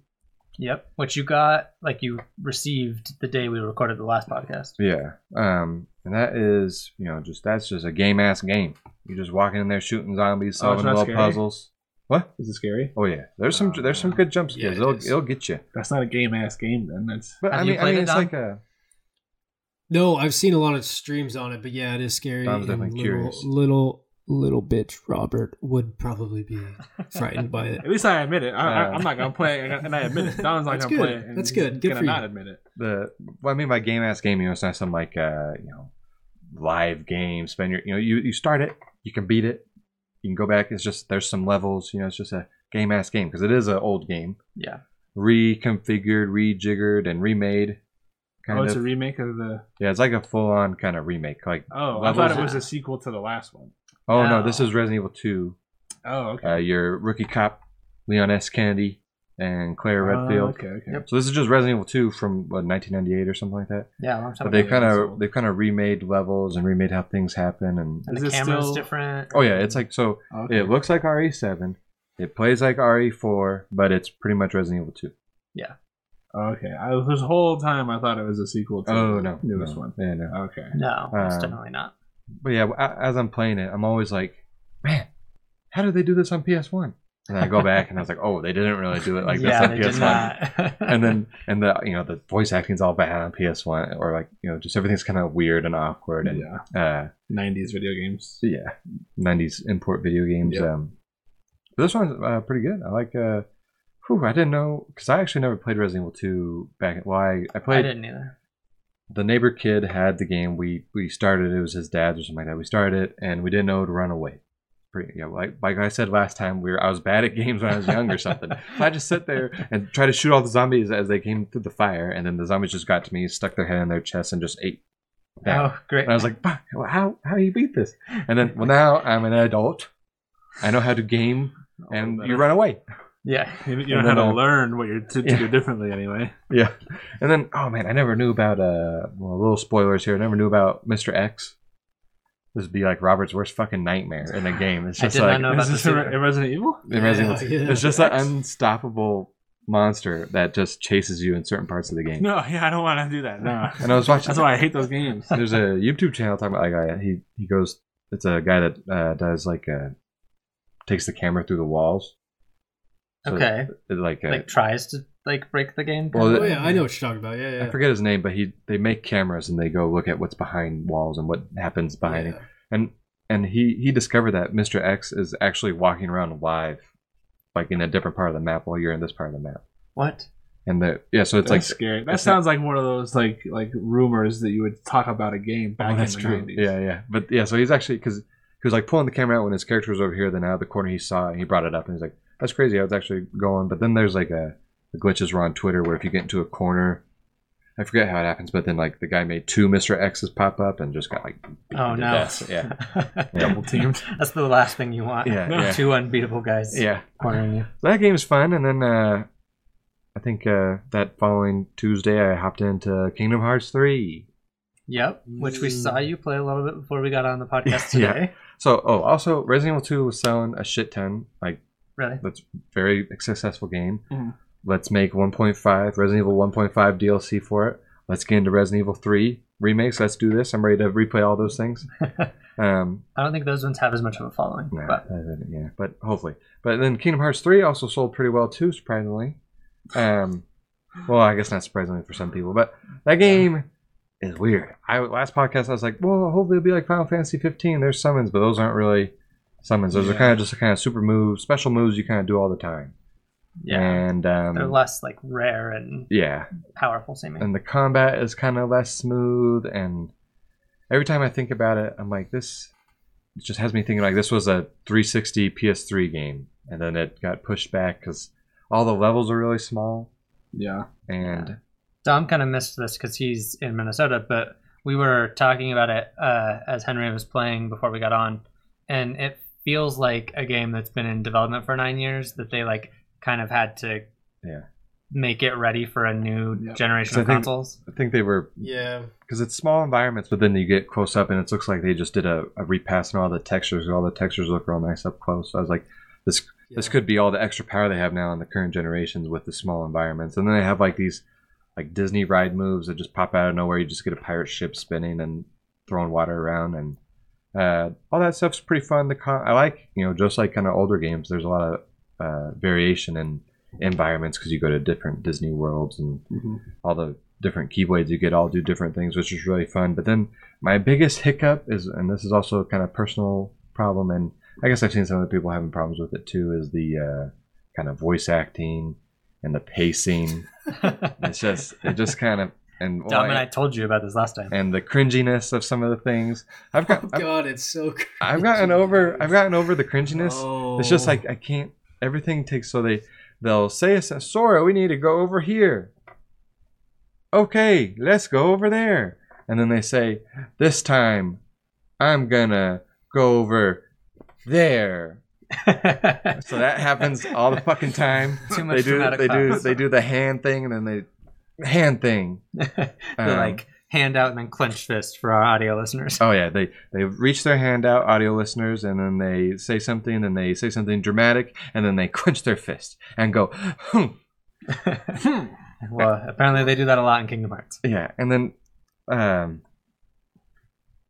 Yep. What you got, like you received the day we recorded the last podcast.
Yeah. Um, and that is you know just that's just a game ass game. You're just walking in there shooting zombies,
Oh, it's
solving
not
little
scary?
puzzles. What?
Is it scary?
Oh yeah, there's some
Uh,
there's some good jump
yeah,
scares.
it
it'll,
is.
it'll get you.
That's not a game ass game then. That's
But
Have
I
you
mean, I
played
mean,
it,
it's
Dom?
like a
No, I've seen a lot of streams on it, but yeah, it is scary.
I was
and
definitely
little,
curious.
Little little bitch Robert would probably be uh, frightened by it.
at least I admit it. I, I,
Uh.
I'm not gonna play it, and I admit it. Don's not
That's
gonna play
good.
it. And
That's
he's
good. Good
gonna
for you.
not admit it.
the what I mean by game ass game, you know, it's not some like uh, you know, live game. Spend your you know, you, you start it, you can beat it, you can go back. It's just there's some levels, you know, it's just a game ass game because it is an old game,
Yeah.
reconfigured, rejiggered, and remade. Kind
oh, it's
of
a remake of the.
yeah, it's like a full on kind of remake. Like
Oh,
Levels
I thought it
of-
was a sequel to the last one.
oh no,
No.
this is Resident Evil Two.
Oh, okay.
Uh, your rookie cop, Leon S. Kennedy, and Claire
Oh,
Redfield.
okay, okay.
Yep.
So this is just Resident Evil Two from what 1998 or something like that.
Yeah, a long
But
time ago.
they
Yeah,
kind
that's
of
old.
they kind of remade levels and remade how things happen and
And
Is
the
it
camera's
still-
different.
oh yeah, it's like so
Okay.
it looks like RE7, it plays like RE4, but it's pretty much Resident Evil 2.
okay. I, this whole time I thought it was a sequel to
Oh
the
no,
newest
no.
one.
Yeah, no.
Okay.
No, it's
Um,
definitely not.
But yeah, a- as I'm playing it, I'm always like, man, how did they do this on PS1? And I go back and I was like, oh, they didn't really do it like
yeah, they
this
did
on PS1.
not.
(laughs) and then and the you know the voice acting's all bad on PS1 or like you know just everything's kind of weird and awkward and
Yeah.
uh
90s video games.
So, yeah, '90s import video games.
Yeah.
Um, but this one's uh, pretty good. I like. Uh, whew, I didn't know because I actually never played Resident Evil Two back. Well, I, I
(laughs) I
played.
didn't either.
the neighbor kid had the game. We we started. It was his dad's or something like that. We started it and we didn't know to run away. Pretty, yeah, like like I said last time, we were, I was bad at (laughs) games when I was young or something. so I just sit there and try to shoot all the zombies as they came through the fire, and then the zombies just got to me, stuck their head in their chest, and just ate. down.
Oh, great.
And I was like, "Fuck, well, how how do you beat this? And then, well, now I'm an adult. I know how to game,
A
and
little
you
better.
run away.
yeah.
You you
and
know how
then,
to
uh,
learn what you're to, to
yeah.
do
(laughs)
differently anyway.
Yeah. And then, oh man, I never knew about uh, well, little spoilers here. I never knew about Mr. X. This would be like Robert's worst fucking nightmare in a game. It's
I
just
did not
like
know about
Is
the
this a,
sequel.
Re- Resident Evil?
in Resident
Yeah,
Evil.
yeah.
It's just an
(laughs)
unstoppable monster that just chases you in certain parts of the game.
No, yeah, I don't want to do that. No.
(laughs) And I was watching.
That's why I hate those games.
there's a YouTube channel talking about like guy. He he goes. It's a guy that uh, does like uh, takes the camera through the walls. So
okay.
it- like, uh,
like tries to like break the game.
Well,
Oh yeah, I know what you're talking about. Yeah, yeah.
I forget his name, but he they make cameras and they go look at what's behind walls and what happens behind it.
Yeah.
And and he he discovered that Mr. X is actually walking around live, like in a different part of the map while you're in this part of the map.
what?
And the yeah, so (laughs) it's
That's
like
scary. That
it's not-
sounds like one of those like like rumors that you would talk about a game back
oh, that's
in the
true.
90s.
Yeah, yeah. But yeah, so he's actually because he was like pulling the camera out when his character was over here. Then out of the corner he saw it and he brought it up and he's like, "That's crazy. I was actually going." But then there's like a the glitches were on Twitter where if you get into a corner. I forget how it happens, but then like the guy made two Mr. X's pop up and just got like beaten
Oh
to
no. (laughs)
death. yeah.
Double teamed.
That's the last thing you want.
Yeah, yeah.
Two unbeatable
(laughs)
guys
Yeah.
cornering you.
So that game's fun, and then uh, I think uh, that following Tuesday I hopped into Kingdom Hearts three.
Yep. Which we
Mm.
saw you play a little bit before we got
(laughs)
on the podcast
Yeah.
today.
So oh, also Resident Evil two was selling a shit ton. Like
Really?
that's very successful game.
Mhm.
Let's make 1.5 Resident Evil 1.5 DLC for it. Let's get into Resident Evil 3 remakes. Let's do this. I'm ready to replay all those things. um,
I don't think those ones have as much of a following.
nah,
But
I didn't- yeah, but hopefully. But then Kingdom Hearts 3 also sold pretty well too, surprisingly. Um, well, I guess not surprisingly for some people, but that game is weird. I last podcast I was like, well, hopefully it'll be like Final Fantasy 15. There's summons, but those aren't really summons. Those are
Yeah.
kind of just kind of super moves, special moves you kind of do all the time. And
They're
um,
less like rare and
yeah,
powerful seeming.
and the combat is kind of less smooth. And every time I think about it, I'm like, this it just has me thinking like this was a 360 PS3 game, and then it got pushed back because all the levels are really small.
Yeah.
And
Yeah. Dom kind of missed this because he's in Minnesota, but we were talking about it uh, as Henry was playing before we got on, and it feels like a game that's been in development for nine years that they like kind of had to
Yeah.
make it ready for a new
Yep.
generation
So I
of
think-
consoles.
(laughs)
(laughs)
I think they were
Yeah.
because it's small environments, but then you get close up and it looks like they just did a, a repass and all the textures. All the textures look real nice up close. So I was like, this this
Yeah.
could be all the extra power they have now in the current generations with the small environments. And then they have like these like Disney ride moves that just pop out of nowhere. You just get a pirate ship spinning and throwing water around and uh, all that stuff's pretty fun. The con- I like you know just like kind of older games. There's a lot of uh, variation in environments because you go to different Disney worlds and
hmm
all the different keyblades you get all do different things, which is really fun. But then my biggest hiccup is, and this is also a kind of personal problem, and I guess I've seen some other people having problems with it too, is the uh, kind of voice acting and the pacing. it's just it just kind of and
Dom and I told you about this
(laughs)
last time. (laughs)
and the cringiness of some of the things. I've got I've,
(laughs) God, it's so. Crazy.
I've gotten over I've gotten over the cringiness.
Oh.
It's just like I can't. Everything takes so they they'll say us Sora, we need to go over here. Okay, let's go over there. And then they say, this time, I'm gonna go over there. So that happens all the fucking time.
(laughs) Too much
They do
dramatic
they do
pause.
they do the hand thing and then they hand thing.
the
Um,
like hand out and then clench fist for our audio listeners.
Oh yeah, they they reach their hand out, audio listeners, and then they say something, and they say something dramatic, and then they (laughs) clench their fist and go, hmm, Oh.
(laughs) well, apparently they do that a lot in Kingdom Hearts.
yeah and then um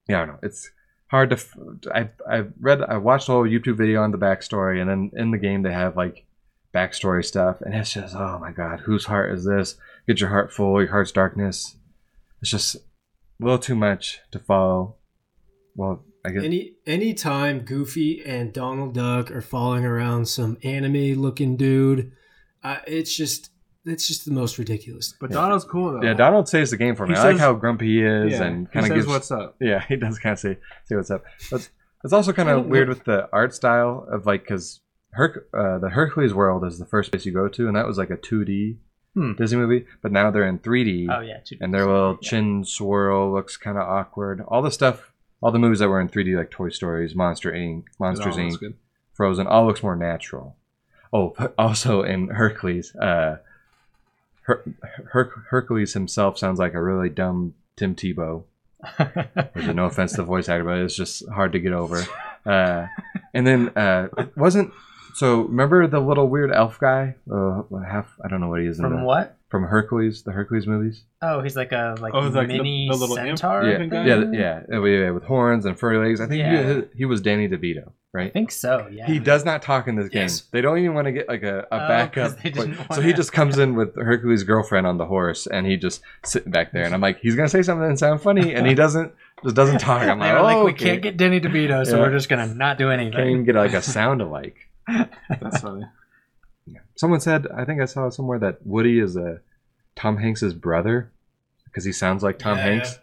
yeah i don't know it's hard to f- i i read i watched a whole youtube video on the backstory and then in the game they have like backstory stuff and it's just oh my god whose heart is this get your heart full your heart's darkness it's just a little too much to follow well i guess
Any anytime Goofy and Donald Duck are following around some anime looking dude, uh, it's just it's just the most ridiculous.
But Donald's cool though.
yeah donald saves the game for me
uh, He
i like
says-
how grumpy he is
Yeah,
and
he
kind of
says
gives
what's up.
Yeah, (laughs) he does kind of say say what's up. But it's also kind of weird with the art style of like because Herc uh, the Hercules world is the first place you go to, and that was like a 2D
Hmm.
Disney movie. But now they're in 3D,
Oh yeah, two
and their little chin swirl looks kind of awkward. All the stuff, all the movies that were in 3D, like Toy Stories, Monster Inc., Monsters
Oh,
Donald's
Inc.,
good.
Frozen all looks more natural. Oh, but (laughs) also in Hercules, uh, Her- Her- Hercules himself sounds like a really dumb Tim Tebow.
(laughs)
Which is no offense to the voice actor, but it's just hard to get over. Uh, and then uh, wasn't so. Remember the little weird elf guy? Uh, half I don't know what he is in
From
the-
what?
from Hercules, the Hercules movies.
Oh, he's like a like
Oh, like the-
mini
the little imp
centaur.
yeah,
looking guy?
yeah, yeah, yeah, with horns and furry legs. I think
Yeah.
he, he was Danny DeVito, right?
I think so. Yeah.
He does not talk in this game.
Yes.
They don't even want to get like a, a
Oh, 'cause
backup.
they didn't
voice. So
wanna-
he just comes in with Hercules' girlfriend on the horse, and he just sitting back there. And I'm like, he's gonna say something and sound funny, and he doesn't. Just doesn't talk. I'm
(laughs) They
like,
were
oh,
like, we
okay.
can't get Danny DeVito, so
Yeah.
we're just gonna not do
Can't
anything.
even get (laughs) like a sound alike.
That's funny.
Someone said, I think I saw somewhere that Woody is a Tom Hanks's brother because he sounds like Tom
Yeah,
Hanks.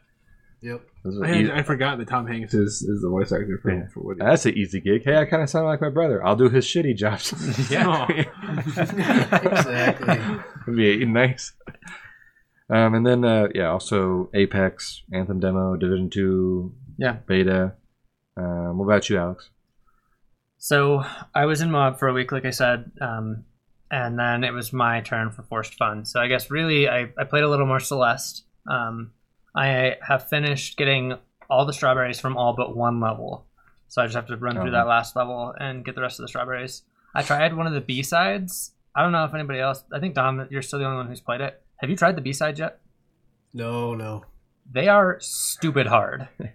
yeah. Yep. (laughs)
This is
I,
an ea-
I forgot that Tom Hanks is, is the voice actor for,
Yeah.
for Woody. (laughs)
That's an easy gig. Hey, I kind of sound like my brother. I'll do his shitty jobs. (laughs)
Oh.
Exactly.
Would be nice. Um, and then uh, yeah, also Apex, Anthem demo, Division Two,
Yeah.
beta. Um, what about you, Alex?
So I was in Moab for a week, like I said, um, and then it was my turn for forced fun. So I guess really I, I played a little more Celeste. Um, I have finished getting all the strawberries from all but one level. So I just have to run
Oh.
through that last level and get the rest of the strawberries. I tried one of the B sides. I don't know if anybody else. I think Dom, you're still the only one who's played it. Have you tried the B side yet?
No, no.
They are stupid hard.
Yeah,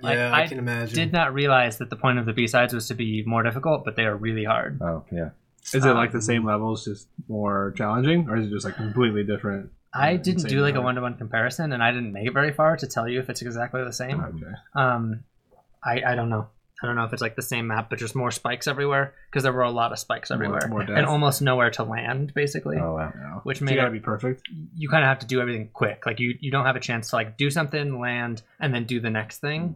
Like,
I,
I
can imagine.
Did not realize that the point of the B sides was to be more difficult, but they are really hard.
Oh yeah,
Is it
Um,
like the same levels, just more challenging, or is it just like completely different?
I
and
didn't
say
do like a
no.
one to one
Mm-hmm.
comparison, and I didn't make it very far to tell you if it's exactly the same.
Okay.
Um, I I don't know. I don't know if it's like the same map, but just more spikes everywhere because there were a lot of spikes
More-
everywhere
more death.
and almost nowhere to land, basically.
Oh wow.
You know,
Which
so
made
you gotta
it-
be perfect.
You kind of have to do everything quick. Like you, you don't have a chance to like do something, land, and then do the next thing.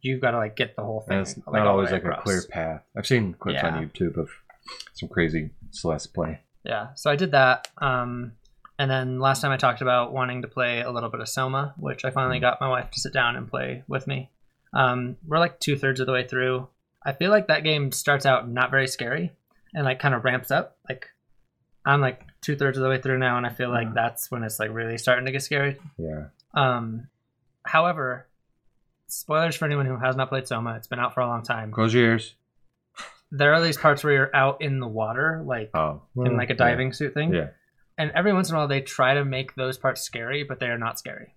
You've got to like get the whole thing.
And it's
all
not
the
always
way
like a
across.
clear path. I've seen clips
Yeah.
on YouTube of some crazy Celeste play.
Yeah, so I did that. Um, and then last time I talked about wanting to play a little bit of Soma, which I finally got my wife to sit down and play with me. Um, we're like two thirds of the way through. I feel like that game starts out not very scary and like kind of ramps up. Like I'm like two thirds of the way through now, and I feel like
Mhm.
that's when it's like really starting to get scary.
Yeah.
Um, however, spoilers for anyone who has not played Soma, it's been out for a long time.
Close your ears.
There are these parts where you're out in the water, like
Oh.
in
Mm,
like a diving suit thing.
Yeah.
And every once in a while, they try to make those parts scary, but they are not scary.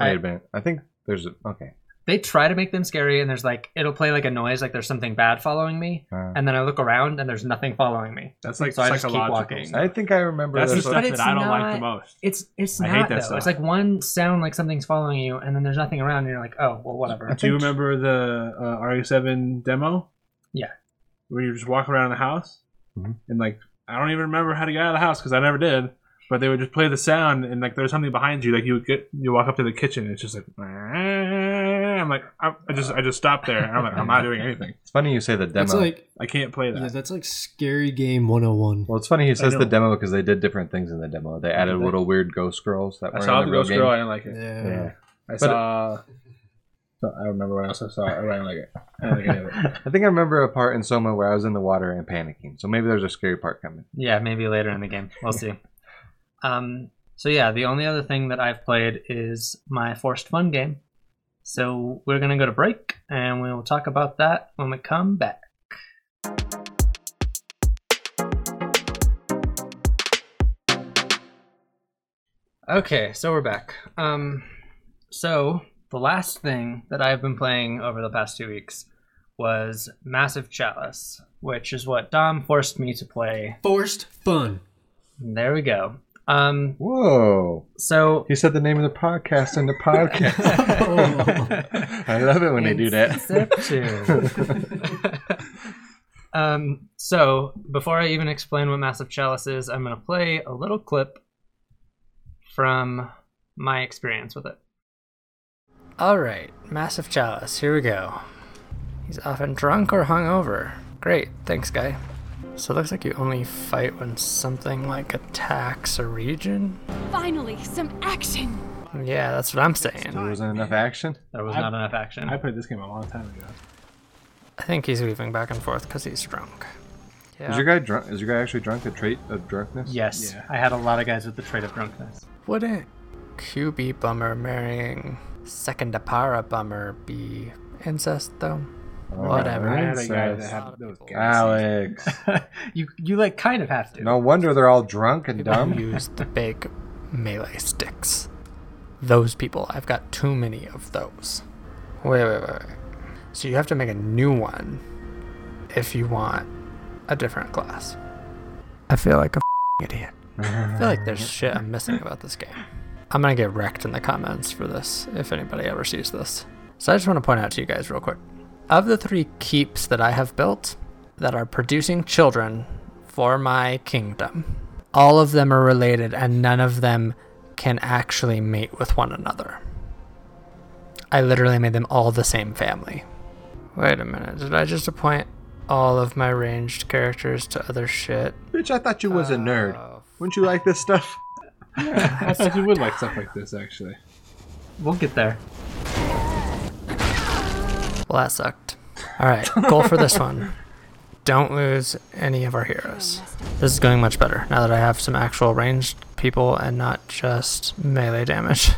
Wait
I-
a minute. I think there's a okay.
They try to make them scary, and there's like it'll play like a noise, like there's something bad following me,
Uh,
and then I look around and there's nothing following me.
That's like
So I just keep
psychological.
walking.
stuff.
I think I remember
That's the
this.
But
stuff that
it's
I don't like
not-
the most.
It's it's
I
not
hate that
though.
stuff.
It's like one sound like something's following you, and then there's nothing around, and you're like, oh well,
(laughs)
whatever.
Do you remember the uh, RE7 demo?
Yeah. Mm-hmm.
Where you just walk around the house
Mhm.
and like I don't even remember how to get out of the house because I never did. But they would just play the sound and like there's something behind you. Like you would get you walk up to the kitchen. And it's just like (laughs) "Ah." I'm like I, I just I just stopped there. I'm like I'm not doing anything.
It's funny you say the
That's
demo.
like
I can't play
yeah,
that.
that's like scary game 101.
well, it's funny he says
know.
the demo because they did different things in the demo. They added
they?
little weird ghost girls that
I
were in
saw the
the real
Ghost Girl.
game.
I didn't like it.
Yeah.
Yeah.
I saw. so I don't remember what else I saw. I didn't like it. I didn't like
(laughs)
any of it.
(laughs) I think I remember a part in Soma where I was in the water and panicking. So maybe there's a scary part coming.
Yeah, maybe later in the game. We'll see. Um, so yeah, the only other thing that I've played is my forced fun game. So we're gonna go to break, and we will talk about that when we come back. Okay, so we're back. Um, so the last thing that I've been playing over the past two weeks was Massive Chalice, which is what Dom forced me to play.
Forced fun.
There we go. Um,
Whoa!
so
He said the name of the podcast in the
(laughs)
podcast. (laughs) I love it when they do that.
Inception. (laughs) um, so before I even explain what Massive Chalice is, I'm going to play a little clip from my experience with it. All right, Massive Chalice, here we go. He's often drunk or hungover. Great, thanks, guy. So it looks like you only fight when something like attacks a region?
Finally, some action!
Yeah, that's what I'm saying.
(laughs) there wasn't enough action.
There was
I-
not enough action.
I played this game a long time ago.
I think he's weaving back and forth because he's drunk.
Is your guy drunk? Is your guy actually drunk? A trait of drunkenness?
Yes,
Yeah.
I had a lot of guys with the trait of drunkenness.
Wouldn't QB bummer marrying second Apara bummer be incest though? Whatever.
I had a guy that
Incest.
had those
Alex.
you you like kind of have to.
No wonder they're all drunk and dumb.
(laughs) Use the big melee sticks. Those people, I've got too many of those. Wait, wait, wait. wait. So you have to make a new one if you want a different class. I feel like a (laughs) f***ing idiot. I feel like there's shit I'm missing about this game. I'm gonna get wrecked in the comments for this if anybody ever sees this. So I just want to point out to you guys real quick. Of the three keeps that I have built that are producing children for my kingdom, all of them are related and none of them can actually mate with one another. I literally made them all the same family. Wait a minute, did I just appoint all of my ranged characters to other shit?
Bitch, I thought you was a
Uh,
nerd. Wouldn't you like this stuff?
(laughs) I thought you would like stuff like (laughs) this actually.
We'll get there.
Well, that sucked. All right, goal for this one. Don't lose any of our heroes. This is going much better now that I have some actual ranged people and not just melee damage.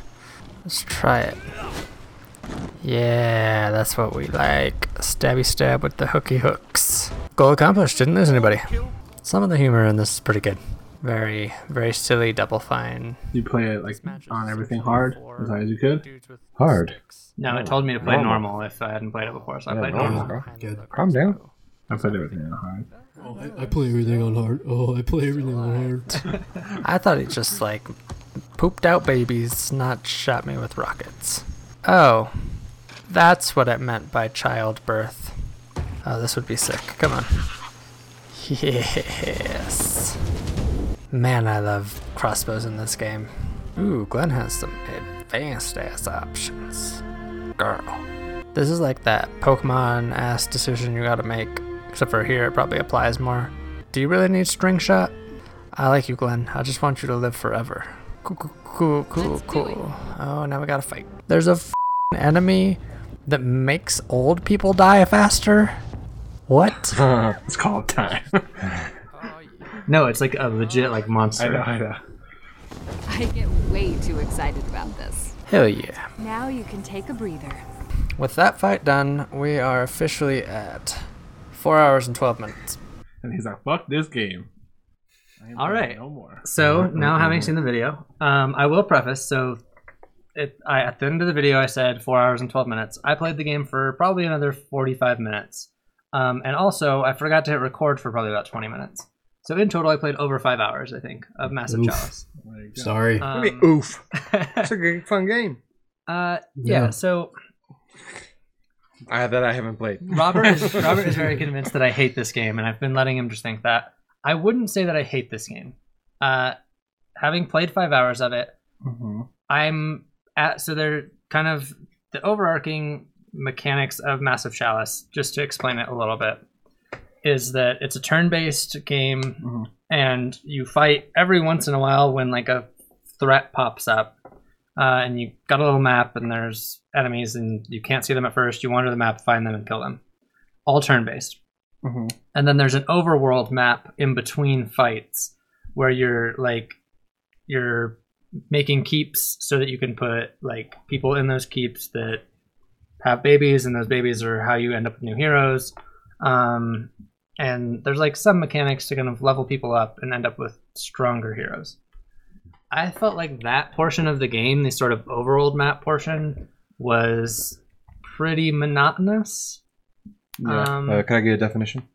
Let's try it. Yeah, that's what we like. Stabby stab with the hooky hooks. Goal accomplished. Didn't lose anybody. Some of the humor in this is pretty good. Very, very silly double fine.
You play it like
Matches
on everything
six on
hard
four.
as high as you could.
Dudes with
Hard.
sticks.
No, it told me to play
Normal.
normal, if I hadn't played it before, so I
Yeah,
played
normal.
normal.
Good.
Calm down.
I played everything on (laughs) hard.
Oh, I, I play everything on hard. Oh, I play everything on hard.
I thought he just like pooped out babies, not shot me with rockets. Oh,
That's what it meant by childbirth. Oh, this would be sick. Come on. Yes. Man, I love crossbows in this game. Ooh, Glenn has some advanced ass options. Girl. This is like that Pokemon ass decision you gotta make. Except for here, it probably applies more. Do you really need string shot? I like you, Glenn. I just want you to live forever. Cool, cool, cool, cool,
Let's do it.
cool. Oh, now we gotta fight. There's a f- enemy that makes old people die faster? What?
It's called (laughs) time.
No, it's like a legit like
I know,
monster.
I know.
I get way too excited about this.
Hell yeah.
Now you can take a breather.
With that fight done, we are officially at 4 hours and 12 minutes.
And he's like, "Fuck this game." I ain't
All
playing
right.
No more.
So now, having seen the video, um, I will preface. So, it, I, at the end of the video, I said four hours and twelve minutes. I played the game for probably another forty-five minutes, um, and also I forgot to hit record for probably about twenty minutes. So in total, I played over five hours, I think, of Massive
Oof. (laughs)
Chalice.
Sorry.
Uh,
Um,
Oof.
(laughs)
It's a good, fun game.
uh,
Yeah.
yeah. So
I, that I haven't played.
Robert is Robert is very convinced that I hate this game, and I've been letting him just think that. I wouldn't say that I hate this game. Uh, having played five hours of it, I'm at so they're kind of the overarching mechanics of Massive Chalice. Just to explain it a little bit, is that it's a turn-based game, and you fight every once in a while when like a threat pops up. Uh, and you got a little map, and there's enemies, and you can't see them at first. You wander the map, find them, and kill them. All turn-based. And then there's an overworld map in between fights where you're like you're making keeps so that you can put like people in those keeps that have babies and those babies are how you end up with new heroes um, and there's like some mechanics to kind of level people up and end up with stronger heroes i felt like that portion of the game the sort of overworld map portion was pretty monotonous um,
uh, can I get a definition?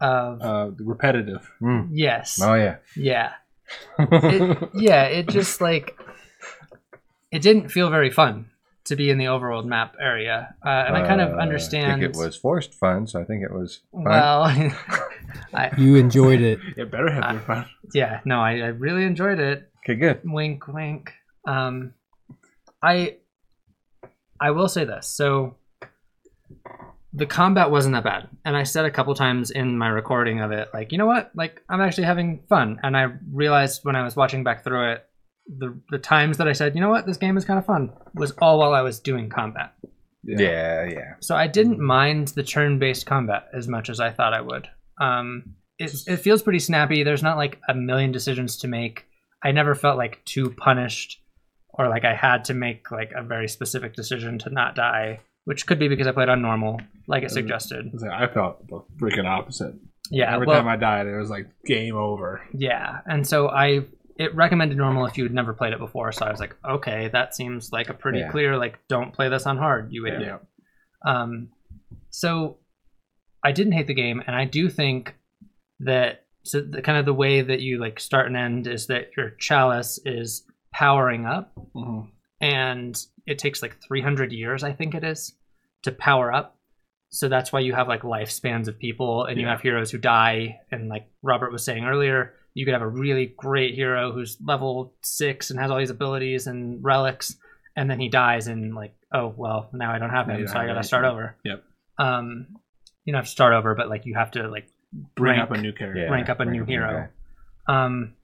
of
Uh, repetitive.
Mm.
yes
Oh yeah.
yeah hmm.
(laughs)
it, yeah, it just like it didn't feel very fun to be in the overworld map area, uh, and I kind of
Uh,
understand.
I think it was forced fun, so I think it was fun.
well, (laughs) I,
You
(laughs)
enjoyed it.
It better have been (laughs) fun.
yeah, no, I, I really enjoyed it.
okay, good.
Wink, wink. Um, I I will say this. So the combat wasn't that bad, and I said a couple times in my recording of it, like, you know what? Like, I'm actually having fun, and I realized when I was watching back through it, the the times that I said, you know what, this game is kind of fun, was all while I was doing combat.
Yeah, yeah.
So I didn't mind the turn-based combat as much as I thought I would. Um, it, it feels pretty snappy. There's not like a million decisions to make. I never felt like too punished or like I had to make like a very specific decision to not die, which could be because I played on normal, like it suggested.
It's like, I felt the freaking opposite.
Yeah,
Every
well,
time I died, it was like game over.
yeah. And so I it recommended normal if you had never played it before. So I was like, okay, that seems like a pretty
Yeah.
clear like don't play this on hard, you idiot. Um, so I didn't hate the game, and I do think that so the, kind of the way that you like start and end is that your chalice is powering up,
Mhm.
and it takes like 300 years, I think it is, to power up. So that's why you have like lifespans of people, and you
Yeah.
have heroes who die, and like Robert was saying earlier. You could have a really great hero who's level six and has all these abilities and relics, and then he dies, and like, oh well, now I don't have
Now
him,
you
so
don't
I
have
gotta
anything.
start over.
Yep.
Um, you don't have to start over, but like you have to like
Bring up
Rank.
a new character.
Yeah,
rank up a
rank
new
up a new
hero. um,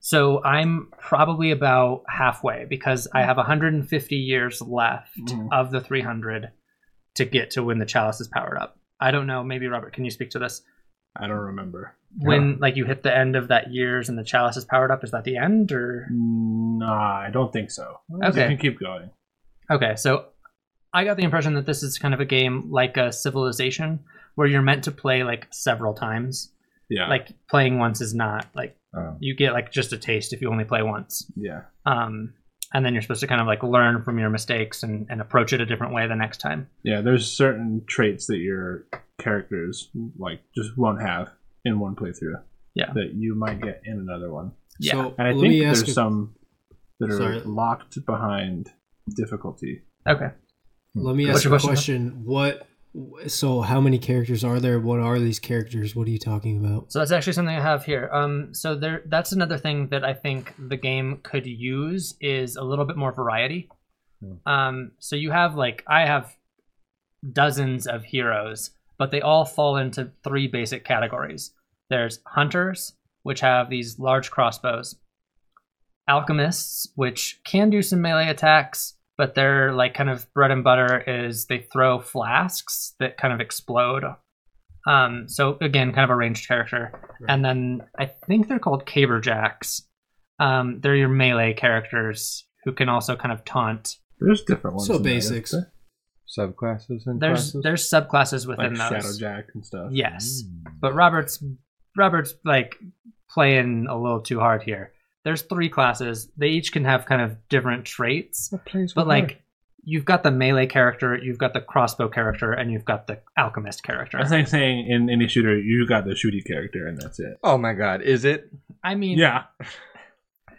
so I'm probably about halfway because I have 150 years left
Mm-hmm.
Mhm.
of the 300 to get to when the chalice is powered up. I don't know. Maybe Robert, can you speak to this?
I don't remember.
When like you hit the end of that years and the chalice is powered up, is that the end or?
Nah, I don't think so.
Okay.
You can keep going.
Okay, so I got the impression that this is kind of a game like a Civilization, where you're meant to play like several times.
Yeah.
Like playing once is not like
Oh.
you get like just a taste if you only play once.
yeah.
Um, and then you're supposed to kind of like learn from your mistakes and, and approach it a different way the next time.
Yeah, there's certain traits that your characters like just won't have in one playthrough.
Yeah.
That you might get in another one.
Yeah.
So
And I
let
think
me ask
there's
you,
some that are
Sorry.
locked behind difficulty.
Okay.
Let me
What's
ask you
your
a
question?
question. What? So, how many characters are there? What are these characters? What are you talking about?
So that's actually something I have here. Um, so there, that's another thing that I think the game could use is a little bit more variety. Um, so you have like I have dozens of heroes, but they all fall into three basic categories. There's hunters, which have these large crossbows. Alchemists, which can do some melee attacks, but their like kind of bread and butter is they throw flasks that kind of explode um, so again, kind of a ranged character, and then I think they're called caberjacks. Um, they're your melee characters who can also kind of taunt.
There's different ones.
So
in there,
basics.
isn't
Subclasses and
There's
classes?
there's subclasses
there? Like Hmm.
within those.
Shadowjack and stuff.
Yes, but Robert's Robert's like playing a little too hard here. There's three classes. They each can have kind of different traits, but like you've got the melee character, you've got the crossbow character, and you've got the alchemist character.
I think saying in any shooter you got the shooty character and that's it.
oh my god, is it?
I mean,
Yeah,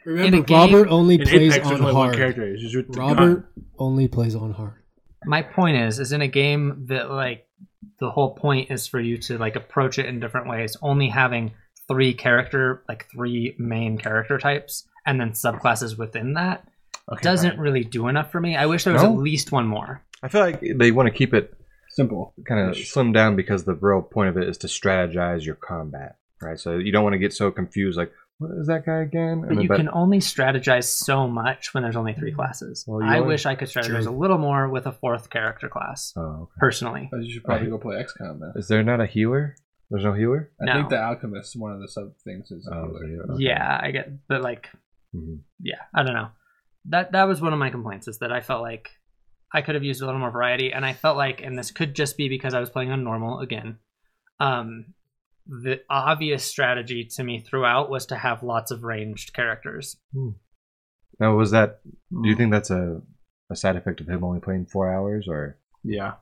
Remember,
a game-
Robert only
in
plays
Apex,
on
there's only one
hard.
character. You just shoot the gun.
Robert only plays on hard.
my point is is in a game that like the whole point is for you to like approach it in different ways only having three character like three main character types and then subclasses within that
Okay,
doesn't
fine.
really do enough for me i wish there was
No?
at least one more
I feel like they want to keep it
simple.
kind of slimmed down because the real point of it is to strategize your combat, right? So you don't want to get so confused, like, what is that guy again?
but you can only strategize so much when there's only three classes
Well, you
i
only-
wish i could strategize
True.
a little more with a fourth character class
Oh, okay.
personally
You should probably go play XCOM then.
Is there not a healer? There's no healer?
I
No.
think the alchemist one of the sub things is
Oh,
healer.
yeah, okay.
yeah i get but like
Mm-hmm.
Mhm.
yeah, I don't know. That that was one of my complaints is that I felt like I could have used a little more variety, and I felt like, and this could just be because I was playing on normal again. Um, the obvious strategy to me throughout was to have lots of ranged characters.
Now, was that,
Mm.
do you think that's a, a side effect of him only playing four hours or
yeah.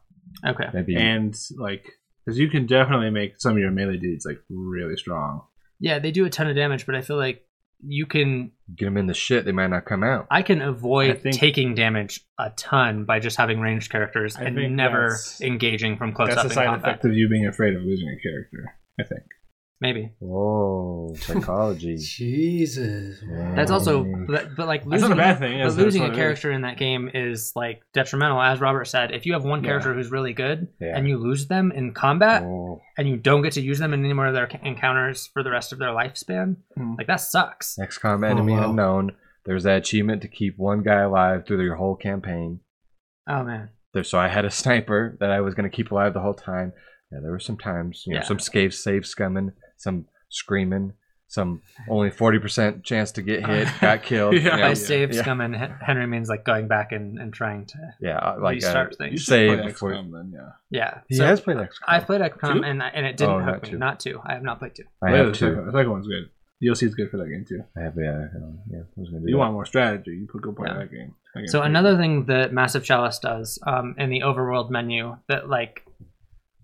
Okay,
maybe?
and like because you can definitely make some of your melee dudes like really strong.
yeah, they do a ton of damage, but I feel like you can
get him in the shit, they might not come out.
I can avoid
I think-
taking damage a ton by just having ranged characters
I
and
think
never
that's-
engaging from close
That's
up
a
in
side
combat.
effect of you being afraid of losing a character. I think.
Maybe
Whoa, (laughs) psychology.
Jesus.
that's also,
Mm.
but, but like
That's not a bad thing.
But losing a character in that game is like detrimental, as Robert said. If you have one
Yeah.
character who's really good
Yeah.
and you lose them in combat
Whoa.
and you don't get to use them in any more of their ca- encounters for the rest of their lifespan,
Hmm.
like that sucks.
XCOM enemy
wow.
unknown. There's that achievement to keep one guy alive through your whole campaign.
Oh man,
there, so I had a (laughs) sniper that I was going to keep alive the whole time. Yeah, there were some times, you know,
Yeah.
some scape save scumming, some screaming, some only forty percent chance to get
(laughs)
hit, got killed.
(laughs) Yeah.
you
by
know.
save
yeah.
scum and Hen- Henry means like going back and, and trying to
yeah, uh, like uh,
restart things.
save before.
then, yeah.
yeah.
He
So,
has played XCOM.
I played XCOM
Two?
and I, and it didn't
Oh,
hook
not
me.
two.
Not two. I have not played two.
I
Yeah,
have
the
two.
Second, the second one's good. DLC is good for that game too.
I have yeah. uh, yeah I was gonna do
You
that.
want more strategy? You put go play
Yeah.
that game. That game's
So
pretty
another
good.
thing that Massive Chalice does um, in the overworld menu that like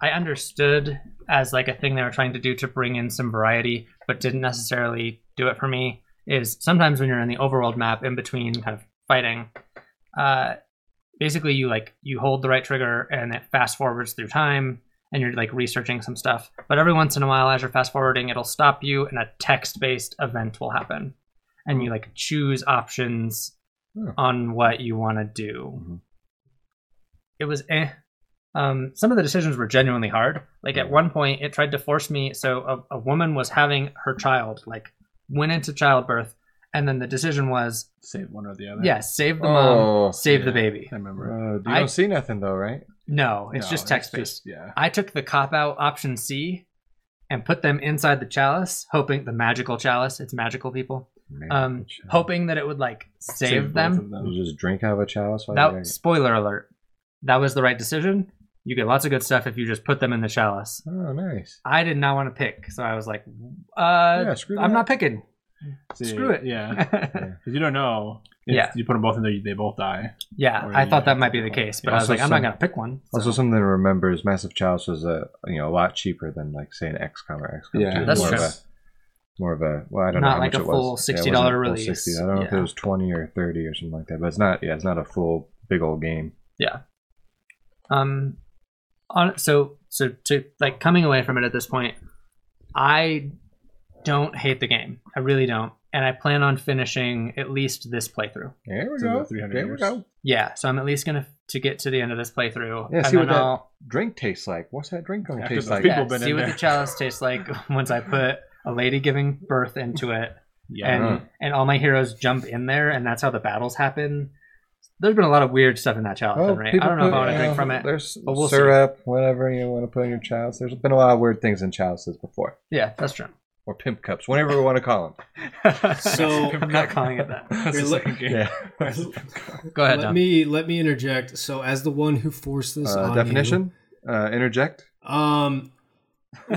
I understood as like a thing they were trying to do to bring in some variety, but didn't necessarily do it for me is sometimes when you're in the overworld map in between kind of fighting, uh, basically you like you hold the right trigger and it fast forwards through time and you're like researching some stuff. But every once in a while, as you're fast forwarding, it'll stop you and a text based event will happen, and you like choose options
Oh.
on what you want to do.
Mm-hmm.
Mhm.
It was eh. Um, some of the decisions were genuinely hard. Like
Mm.
at one point, it tried to force me. So a, a woman was having her child, like went into childbirth, and then the decision was,
save one or the other.
yeah, save the
Oh,
mom, save
Yeah,
the baby.
I remember.
Uh, you
I-
don't see nothing though, right?
No, it's
No,
just text based.
just- Yeah.
I took the cop out option C and put them inside the chalice, hoping the magical chalice, it's magical people, um, hoping that it would like
both
save, them.
of
You just drink out of a chalice. While
That
you're-
spoiler alert, that was the right decision. You get lots of good stuff if you just put them in the chalice.
oh, nice.
I did not want to pick, so I was like,
yeah,
uh,
screw
I'm
that.
not picking. (laughs)
See,
Screw it. (laughs)
Yeah. Because you don't know. If
Yeah.
You put them both in there, they both die.
yeah,
Or
I
you
thought that
have
might
to
be the
pick one.
case, but
Yeah,
I was
also
like, I'm not
some-
going to pick one.
Also, something to remember is Massive Chalice was a you know a lot cheaper than like say an XCOM or XCOM.
Yeah,
two.
that's
more
true.
Of a, more of a well, I don't know
Not
how
like
much
a
it was.
full
Yeah, it wasn't
$60
a full
release.
60. I don't know if
Yeah.
it was twenty or thirty or something like that, but it's not. Yeah, it's not a full big old game.
Yeah. Um, on so so to like coming away from it at this point, I don't hate the game. I really don't, and I plan on finishing at least this playthrough.
There we
It's about
go.
300
There we
years.
go.
Yeah, so I'm at least gonna to get to the end of this playthrough.
Yeah, see what
and then
that
I'll
drink tastes like. What's that drink gonna
After
taste
those
like?
people
yeah,
been
see
in
what
there.
the chalice tastes like once I put a lady giving birth into it, and
Yeah.
Uh-huh.
and all my heroes jump in there, and that's how the battles happen. There's been a lot of weird stuff in that chalice,
Oh,
right?
people
I don't know if
put-
I want to
yeah,
drink from it.
There's
but we'll see.
syrup, whatever you want to put in your chalice. There's been a lot of weird things in chalices before,
Yeah, that's true.
or pimp cups, whatever we want to call
(laughs)
(laughs)
So-
(laughs) I'm not calling it that.
them.
You're look-
yeah.
Go ahead.
let
(laughs) Dom.
me let me interject. So, as the one who forced this
Uh,
on
definition? Uh, interject.
you, um,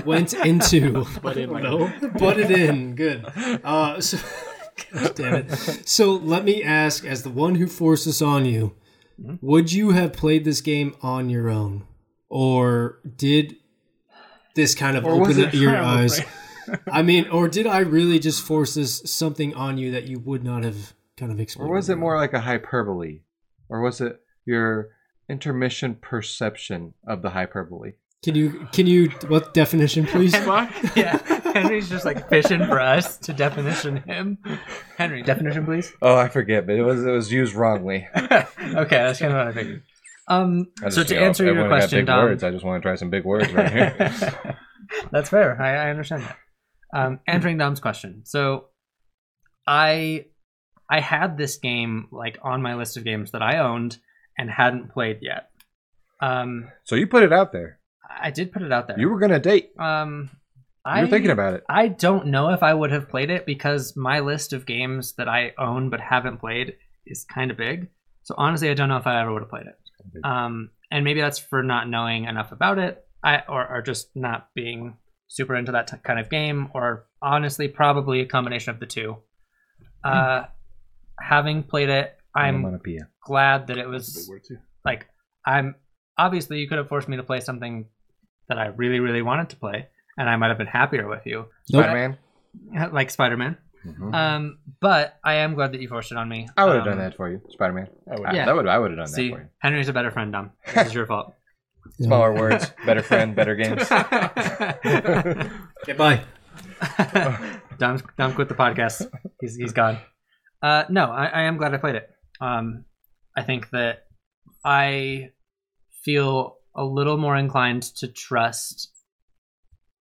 went into, but
in like-
but it in, good. Uh, so, God damn it. So, let me ask, as the one who forced this on you,
Hmm?
would you have played this game on your own, or did this kind of
Or was
open
it
your
trial,
eyes?
(laughs) right?
I mean, or did I really just force this something on you that you would not have kind of
Or
explored?
was it more like a hyperbole? Or was it your intermission perception of the hyperbole?
Can you can you what
(laughs)
definition, please?
yeah, Henry's just like fishing for us to definition him. Henry, definition, please. (laughs)
Oh, I forget, but it was it was used (laughs) wrongly.
Okay, that's kind of what I figured. Um,
I
so
just,
to
you know,
answer your
everyone got
question,
big
Dom,
words. I just want to try some big words right here.
(laughs) That's fair. I, I understand that. Um, answering Dom's question, so I I had this game like on my list of games that I owned and hadn't played yet. Um,
so you put it out there.
I did put it out there.
You were gonna date.
um,
You
I
were thinking about it.
I don't know if I would have played it because my list of games that I own but haven't played is kind of big. So honestly, I don't know if I ever would have played it. Um, and maybe that's for not knowing enough about it, I or, or just not being super into that t- kind of game, or honestly, probably a combination of the two.
Hmm.
Uh, having played it, I'm
Onomatopoeia.
glad that it
(laughs) That's a
was
big word, too.
like i'm obviously you could have forced me to play something that i really really wanted to play and i might have been happier with you
Nope.
Spider-Man.
(laughs) like spider-man
Mhm.
um but i am glad that you forced it on me
I would have
Um,
done that for you, Spider-Man.
I would-
I-
Yeah.
that would I would have done
see
that for you.
henry's a better friend
(laughs)
dom this is your fault
Smaller words, better friend,
(laughs)
better games.
Goodbye.
Dom, Dom quit the podcast. He's, he's gone. Uh, no, I, I am glad I played it. Um, I think that I feel a little more inclined to trust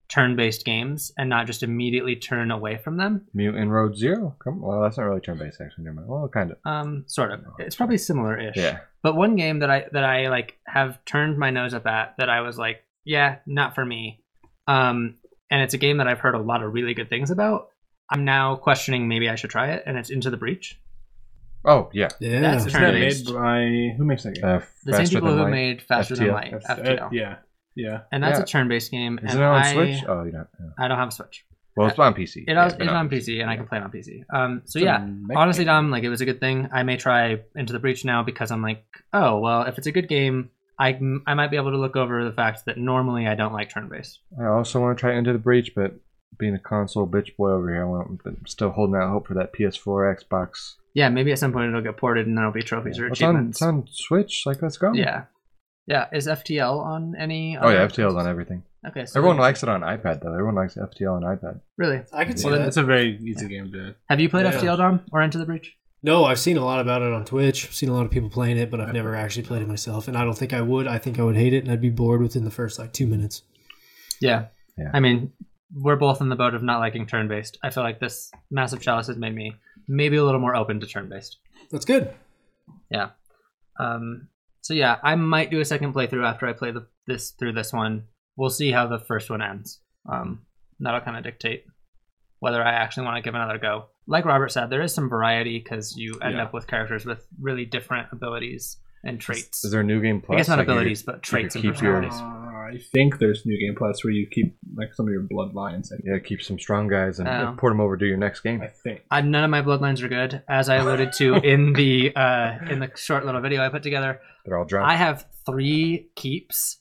turn-based games and not just immediately turn away from them.
Mutant Road Zero. Come, well, that's not really turn-based, actually. Never mind. Well, kind of.
Um, sort of. It's probably similar-ish.
Yeah.
But one game that I that I like have turned my nose up at that I was like, yeah, not for me. Um, and it's a game that I've heard a lot of really good things about. I'm now questioning maybe I should try it, and it's Into the Breach.
Oh yeah.
Yeah.
That's
Is
turn
that
based.
made by who makes that game?
Uh,
The
Faster
same people
Than
who
Light.
made Faster Than
FTL.
Light,
That's- uh,
FTL,
yeah, yeah.
and that's
Yeah.
a turn-based game.
Is
and
it on
I,
Switch? Oh, you don't. yeah.
I don't have a Switch.
Well, it's on PC.
It
Yeah,
is
but
it's
not-
on PC, and I can play it on PC. Um, so
It's a
yeah,
mech
honestly,
game.
Dom, like it was a good thing. I may try Into the Breach now because I'm like, oh well, if it's a good game, I m- I might be able to look over the fact that normally I don't like turn-based.
I also want to try Into the Breach, but being a console bitch boy over here, I want, I'm still holding out hope for that PS4, Xbox.
Yeah, maybe at some point it'll get ported, and there'll be trophies or
It's on,
achievements.
it's on Switch. Like, let's go.
yeah, yeah. Is FTL on any?
Oh yeah,
other-
FTL's on everything.
Okay, so
Everyone likes it on iPad though. Everyone likes FTL on iPad.
really.
I could see
Well, then
that.
it's a very easy game to.
Have you played
Yeah.
FTL, Dom, or Into the Breach?
No, I've seen a lot about it on Twitch. I've seen a lot of people playing it, but I've never actually played it myself. And I don't think I would. I think I would hate it, and I'd be bored within the first like two minutes.
Yeah.
Yeah.
I mean, we're both in the boat of not liking turn based. I feel like this massive chalice has made me maybe a little more open to turn based.
That's good.
Um, so yeah, I might do a second playthrough after I play the, this through this one. We'll see how the first one ends. Um, that'll kind of dictate whether I actually want to give another go. Like Robert said, there is some variety because you end
Yeah.
up with characters with really different abilities and traits.
Is there a new game plus?
I guess not
Like, you
abilities, but
could
traits and
keep your-
personalities.
Uh, I think there's new game plus where you keep like some of your bloodlines. I
could- yeah, keep some strong guys and
Oh.
port them over to your next game.
I think.
I, none of my bloodlines are good, as I alluded
(laughs)
to in the uh, in the short little video I put together.
They're all drunk.
I have three keeps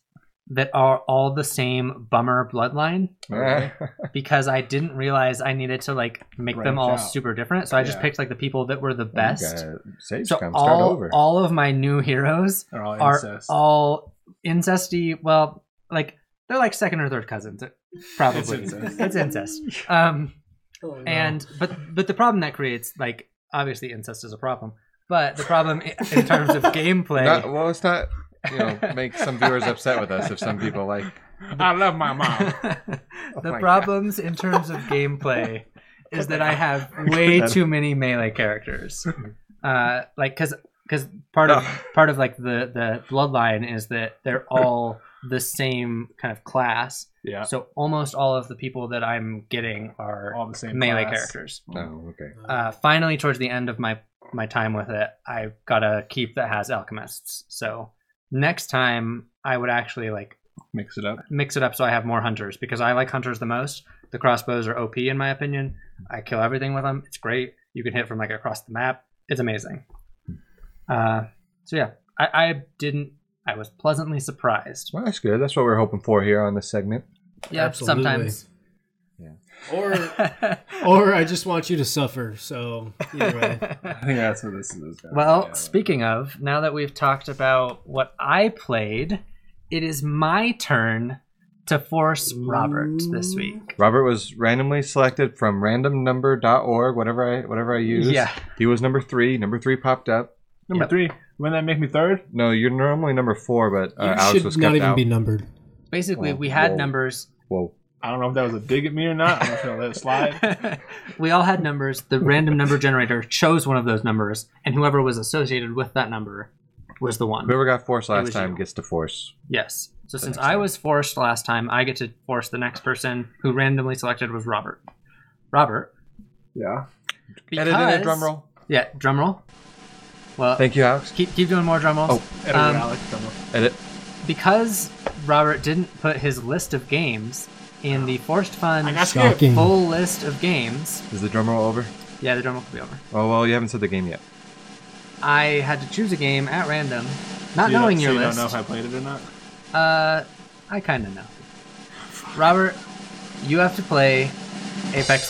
that are all the same bummer bloodline
(laughs) Yeah.
because I didn't realize I needed to like make them
Branch
all
out.
super different. So I just
Yeah.
picked like the people that were the (laughs) best.
You gotta Save
So
scum. Start
all
over.
all of my new heroes
They're all
are
incest.
all incesty. Well, like they're like second or third cousins, probably.
It's incest.
It's incest.
(laughs)
Um, and but but the problem that creates, like, obviously incest is a problem, but the problem i- in terms
(laughs)
of gameplay.
Not, well, it's not. You
(laughs)
know, make some viewers upset with us if some people like.
I love
(laughs)
my mom. Oh
the
my
problems in terms of
(laughs)
gameplay is that I have way too many
(laughs)
melee characters.
Mm-hmm.
Uh, like, cause, 'cause part of part of like the the bloodline is that they're all the same kind of class.
Yeah.
So almost all of the people that I'm getting are
All the same
melee
class.
characters.
Oh, okay.
Uh, finally, towards the end of my my time with it, I got a keep that has alchemists. So next time, I would actually like
Mix it up.
mix it up so I have more hunters because I like hunters the most. The crossbows are OP in my opinion. I kill everything with them. It's great. You can hit from like across the map. It's amazing. Uh, so yeah, I, I didn't. I was pleasantly surprised.
Well, that's good. That's what we're hoping for here on this segment.
Yeah,
Absolutely.
sometimes.
(laughs) or or I just want you to suffer. So (laughs) either way,
(laughs) I think that's what this is. guys.
Well,
Yeah.
speaking of, now that we've talked about what I played, it is my turn to force Robert this week.
Robert was randomly selected from randomnumber.org, whatever I whatever I use.
Yeah.
He was number three. Number three popped up.
number
Yep.
three. Wouldn't that make me third?
No, you're normally number four, but uh,
you
Alex was
should
kept
not even
out.
be numbered.
Basically,
Whoa,
we had
whoa.
numbers
Whoa.
I don't know if that was a dig at me or not. I'm just gonna let it slide.
(laughs) we all had numbers. The random number generator chose one of those numbers, and whoever was associated with that number was the one.
Whoever got forced
was
last time
you.
gets to force.
Yes. So since I was forced last time, I get to force the next person who randomly selected was Robert. Robert.
(laughs) Yeah.
Because,
Edit in a drum roll.
Yeah, drum roll. Well,
Thank you, Alex.
keep keep doing more drum rolls.
Oh,
Edward
Um,
Alex, come on.
Edit.
Because Robert didn't put his list of games in the forced fun
Shocking.
full list of games.
Is the drum roll over?
Yeah, the drum roll could be over.
Oh well, you haven't said the game yet.
I had to choose a game at random, not
You don't-
knowing
so
your
you
list.
don't know if I played it or not.
uh, I kind of know. Robert, you have to play Apex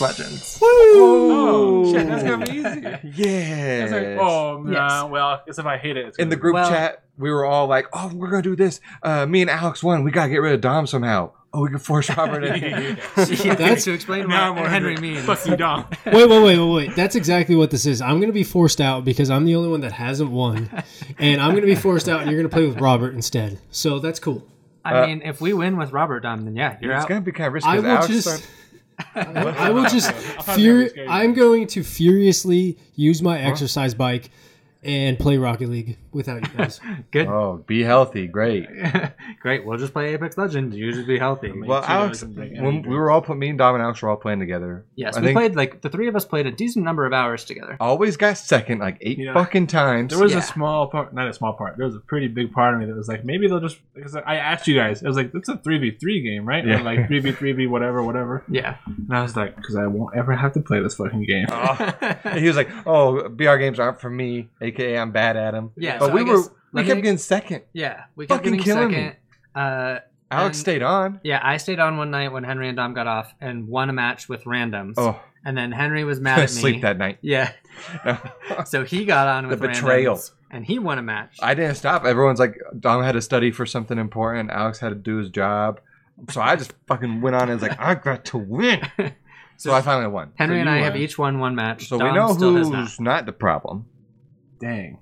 (laughs)
Legends.
Oh, shit, that's gonna be easy.
Yeah.
It's like, oh, nah,
Yes.
well, guess if I hate it, it's
in the
gonna be-
group
Well-
chat, we were all like, "Oh, we're gonna do this." Uh, me and Alex won. We gotta get rid of Dom somehow. Oh, we can force Robert
(laughs)
in.
That's to explain
Now I'm
what
wondering.
Henry means.
Fuck you, Dom.
Wait, wait, wait, wait, wait. That's exactly what this is. I'm gonna be forced out because I'm the only one that hasn't won, and I'm gonna be forced out, and you're gonna play with Robert instead. So that's cool.
Uh,
I mean, if we win with Robert Dom, then yeah, you're
it's
out.
gonna be kind of risky.
I
'cause
will
Alex
just.
started-
I will just.
probably
Fur-
have to scare you.
I'm going to furiously use my exercise bike and play Rocket League without you guys.
Good,
Oh, be healthy. Great.
great. We'll just play Apex Legends. You should be healthy.
Well,
two
Alex,
guys and drink
when
energy
we were all put, me and Dom and Alex were all playing together.
yes,
I
we
think
played like the three of us played a decent number of hours together.
Always got second like eight
You know,
fucking times.
There was
Yeah.
a small part, not a small part. There was a pretty big part of me that was like, maybe they'll just because I asked you guys. I was like, that's a three v three game, right?
Yeah.
Or like three v three v whatever, whatever.
Yeah,
And I was like, because I won't ever have to play this fucking game.
(laughs)
And he was like, "Oh, BR games aren't for me." AKA, I'm bad at them.
Yeah,
but
so
we
I
were
guess-
we
let
kept
me-
getting second.
yeah. We kept
Fucking
getting
killing me.
second. Uh,
Alex
And-
stayed on.
yeah, I stayed on one night when Henry and Dom got off and won a match with randoms.
Oh,
And then Henry was mad
I (laughs)
at me.
sleep that night.
Yeah. So he got on with
The
randoms,
betrayal.
and he won a match.
I didn't stop. Everyone's like, Dom had to study for something important. Alex had to do his job. So I just fucking went on and was like, I got to
(laughs)
win. So I finally won.
Henry
So
and
you
I have
won.
each won one match.
So
Dom
we know
still has
who's
not.
not. the problem.
Dang.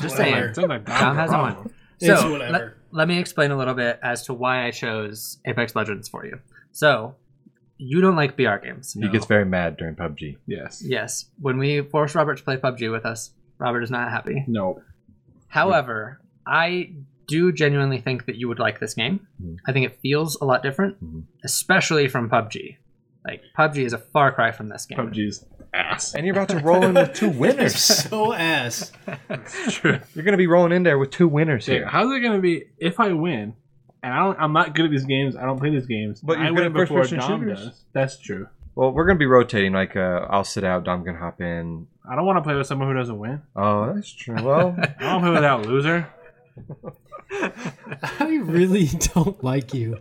Just
Whatever.
saying.
Sounds like Dom
Dom
got
hasn't
robbed.
won.
It's
So
whatever.
let, let me explain a little bit as to why I chose Apex Legends for you. So you don't like BR games.
He gets very mad during PUBG.
Yes.
Yes. When we forced Robert to play PUBG with us, Robert is not happy.
No.
However, I do genuinely think that you would like this game.
Mhm.
I think it feels a lot different,
Mhm.
especially from PUBG. Like PUBG is a far cry from this game.
PUBG's ass.
And you're about to roll in with two winners.
so ass.
(laughs) True.
(laughs) You're going to be rolling in there with two winners
Dude,
here.
how's it gonna be if I win? And I don't. I'm not good at these games. I don't play these games.
But
I
you're good
win
at
before
first-person
Dom
shooters.
does. That's true.
Well, we're going to be rotating. Like, uh, I'll sit out, Dom can hop in.
I don't want to play with someone who doesn't win.
Oh, that's true. (laughs) Well,
I don't play with that
(laughs)
loser.
I really don't like you.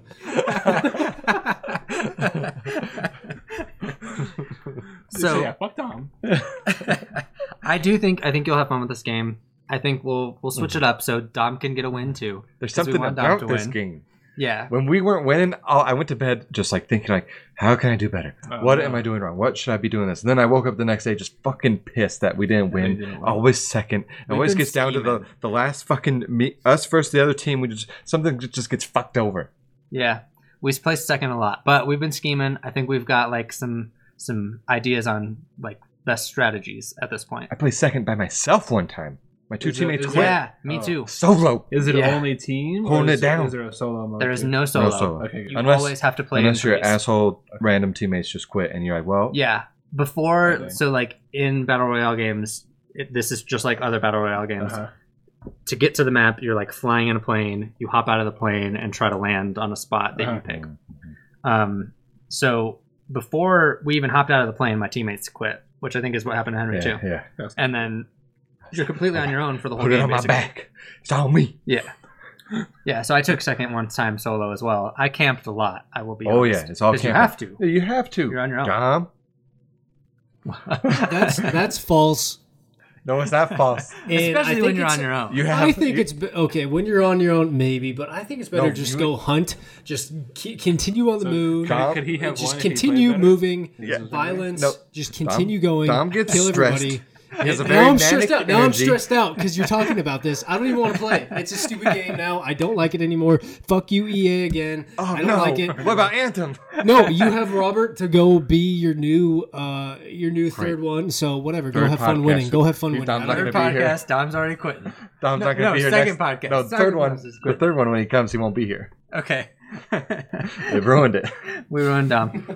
So
yeah, fuck Dom.
(laughs) I do think I think you'll have fun with this game. I think we'll we'll switch it up so Dom can get a win too.
There's
'Cause we
something
want Dom
about
to
this
win.
game.
Yeah.
When we weren't winning, I I went to bed just like thinking, like, how can I do better?
Oh,
what
no.
am I doing wrong? What should I be doing this? And then I woke up the next day just fucking pissed that we didn't
they
win.
didn't win.
Always second. It
We've
always
been
gets down to the,
scheming.
the last fucking me us versus the other team. We just something ju- just gets fucked over.
Yeah, we placed second a lot, but we've been scheming. I think we've got like some some ideas on like best strategies at this point.
I played second by myself one time. My two
Is it-
teammates
is
quit.
Yeah, me
Oh.
too.
Solo.
Is it
Yeah.
only team? or
Holding
is-
it down.
Is there a solo mode?
There is
too?
no solo.
No solo.
Okay,
You
good.
Unless-
always have to play
Unless
in
your
threes.
asshole random teammates just quit and you're like, well,
Yeah, before
Okay.
so like in battle royale games, it, this is just like other battle royale games.
Uh-huh.
To get to the map, you're like flying in a plane. You hop out of the plane and try to land on a spot that you
Uh-huh.
pick.
Uh-huh.
Um, so before we even hopped out of the plane, my teammates quit, which I think is what happened to Henry
yeah,
too.
yeah.
and then you're completely on your own for the whole
Put
game.
it on my
basically.
back. It's on me.
Yeah, yeah. So I took second one time solo as well. I camped a lot. I will be.
Oh
honest.
yeah, it's all
'Cause you
camping.
have to.
Yeah, You have to.
You're on your own.
Dom.
That's that's false.
No, it's not
(laughs)
false.
And I
Especially
think
when you're
it's-
on your own.
You have.
I think
you-
it's be- okay when you're on your own, maybe, but I think it's better
No,
just
you-
go hunt, just ke- continue on the move,
Dom-
Could he have
just
won if he played
continue
better?
moving,
Yeah.
violence,
Nope.
just continue going.
Dom gets
kill
stressed.
everybody.
He has a
Now
very
I'm stressed
manic
out. Now I'm
energy.
stressed out because you're talking about this. I don't even want to play. It's a stupid game now. I don't like it anymore. Fuck you, EA again.
Oh
I don't
no!
like it.
What about Anthem?
No, you have Robert to go be your new uh your new third one. So whatever, go
Third
have fun
podcast.
winning. Go have fun
He's
winning.
not
I don't
gonna
Third
be here.
podcast. Dom's already quitting.
Dom's
No,
not going to
no,
be here.
second
next-
podcast.
No,
Second
third one.
podcast is
The
good.
third one when he comes, he won't be here.
Okay.
They ruined it.
we
(laughs)
ruined Dom.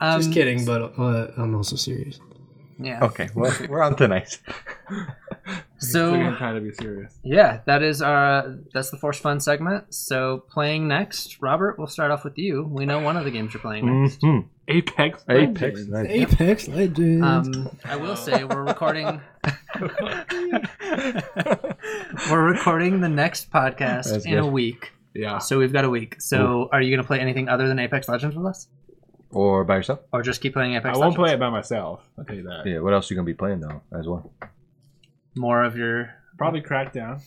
Um,
Just kidding, but uh, I'm also serious.
Yeah.
(laughs) Okay, well, we're on (laughs) tonight.
So we're
So
gonna try to be serious.
yeah, that is our that's the force fun segment. So playing next, Robert, we'll start off with you. We know one of the games you're playing. next.
Mhm.
Apex.
Apex.
Legends.
Legends.
Apex Legends.
Um, I will say we're recording. (laughs) we're recording the next podcast
That's
in a
good.
week,
Yeah.
so we've got a week. So, are you going to play anything other than Apex Legends with us,
Or by yourself?
or just keep playing Apex?
I won't play it
Legends?
by myself. I'll tell you that.
Yeah. What else are you going to be playing though? As well.
more of your.
Probably Crackdown.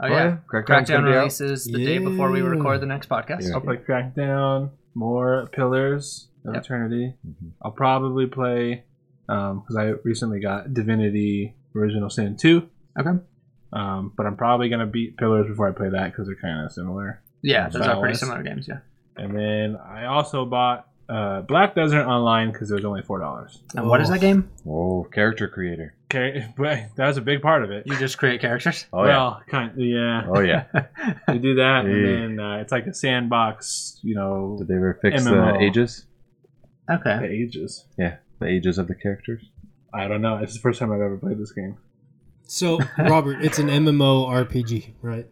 Oh, yeah,
Crackdown's
Crackdown
gonna be out.
releases the day before we
Yeah.
record the next podcast.
Yeah.
I'll play Crackdown. More Pillars of
Yep. Mm-hmm.
Eternity.
Mhm.
I'll probably play because I recently got Divinity Original Sin two.
Okay.
Um, but I'm probably gonna beat Pillars before I play that because they're kind of similar.
Yeah, those are pretty
Valorant.
similar games. Yeah,
And then I also bought uh, Black Desert online because it was only four dollars.
and what is
Oh.
that game?
Whoa, character creator.
Okay, (laughs) but that was a big part of it.
You just create characters.
Oh
well, kind yeah.
yeah. Oh yeah.
(laughs) You do that,
Yeah.
and then uh, it's like a sandbox. You know,
Did they ever fix
MMO.
the ages?
Okay,
the ages.
The ages of the characters?
I don't know. It's the first time I've ever played this game.
so Robert, it's an MMO RPG, right?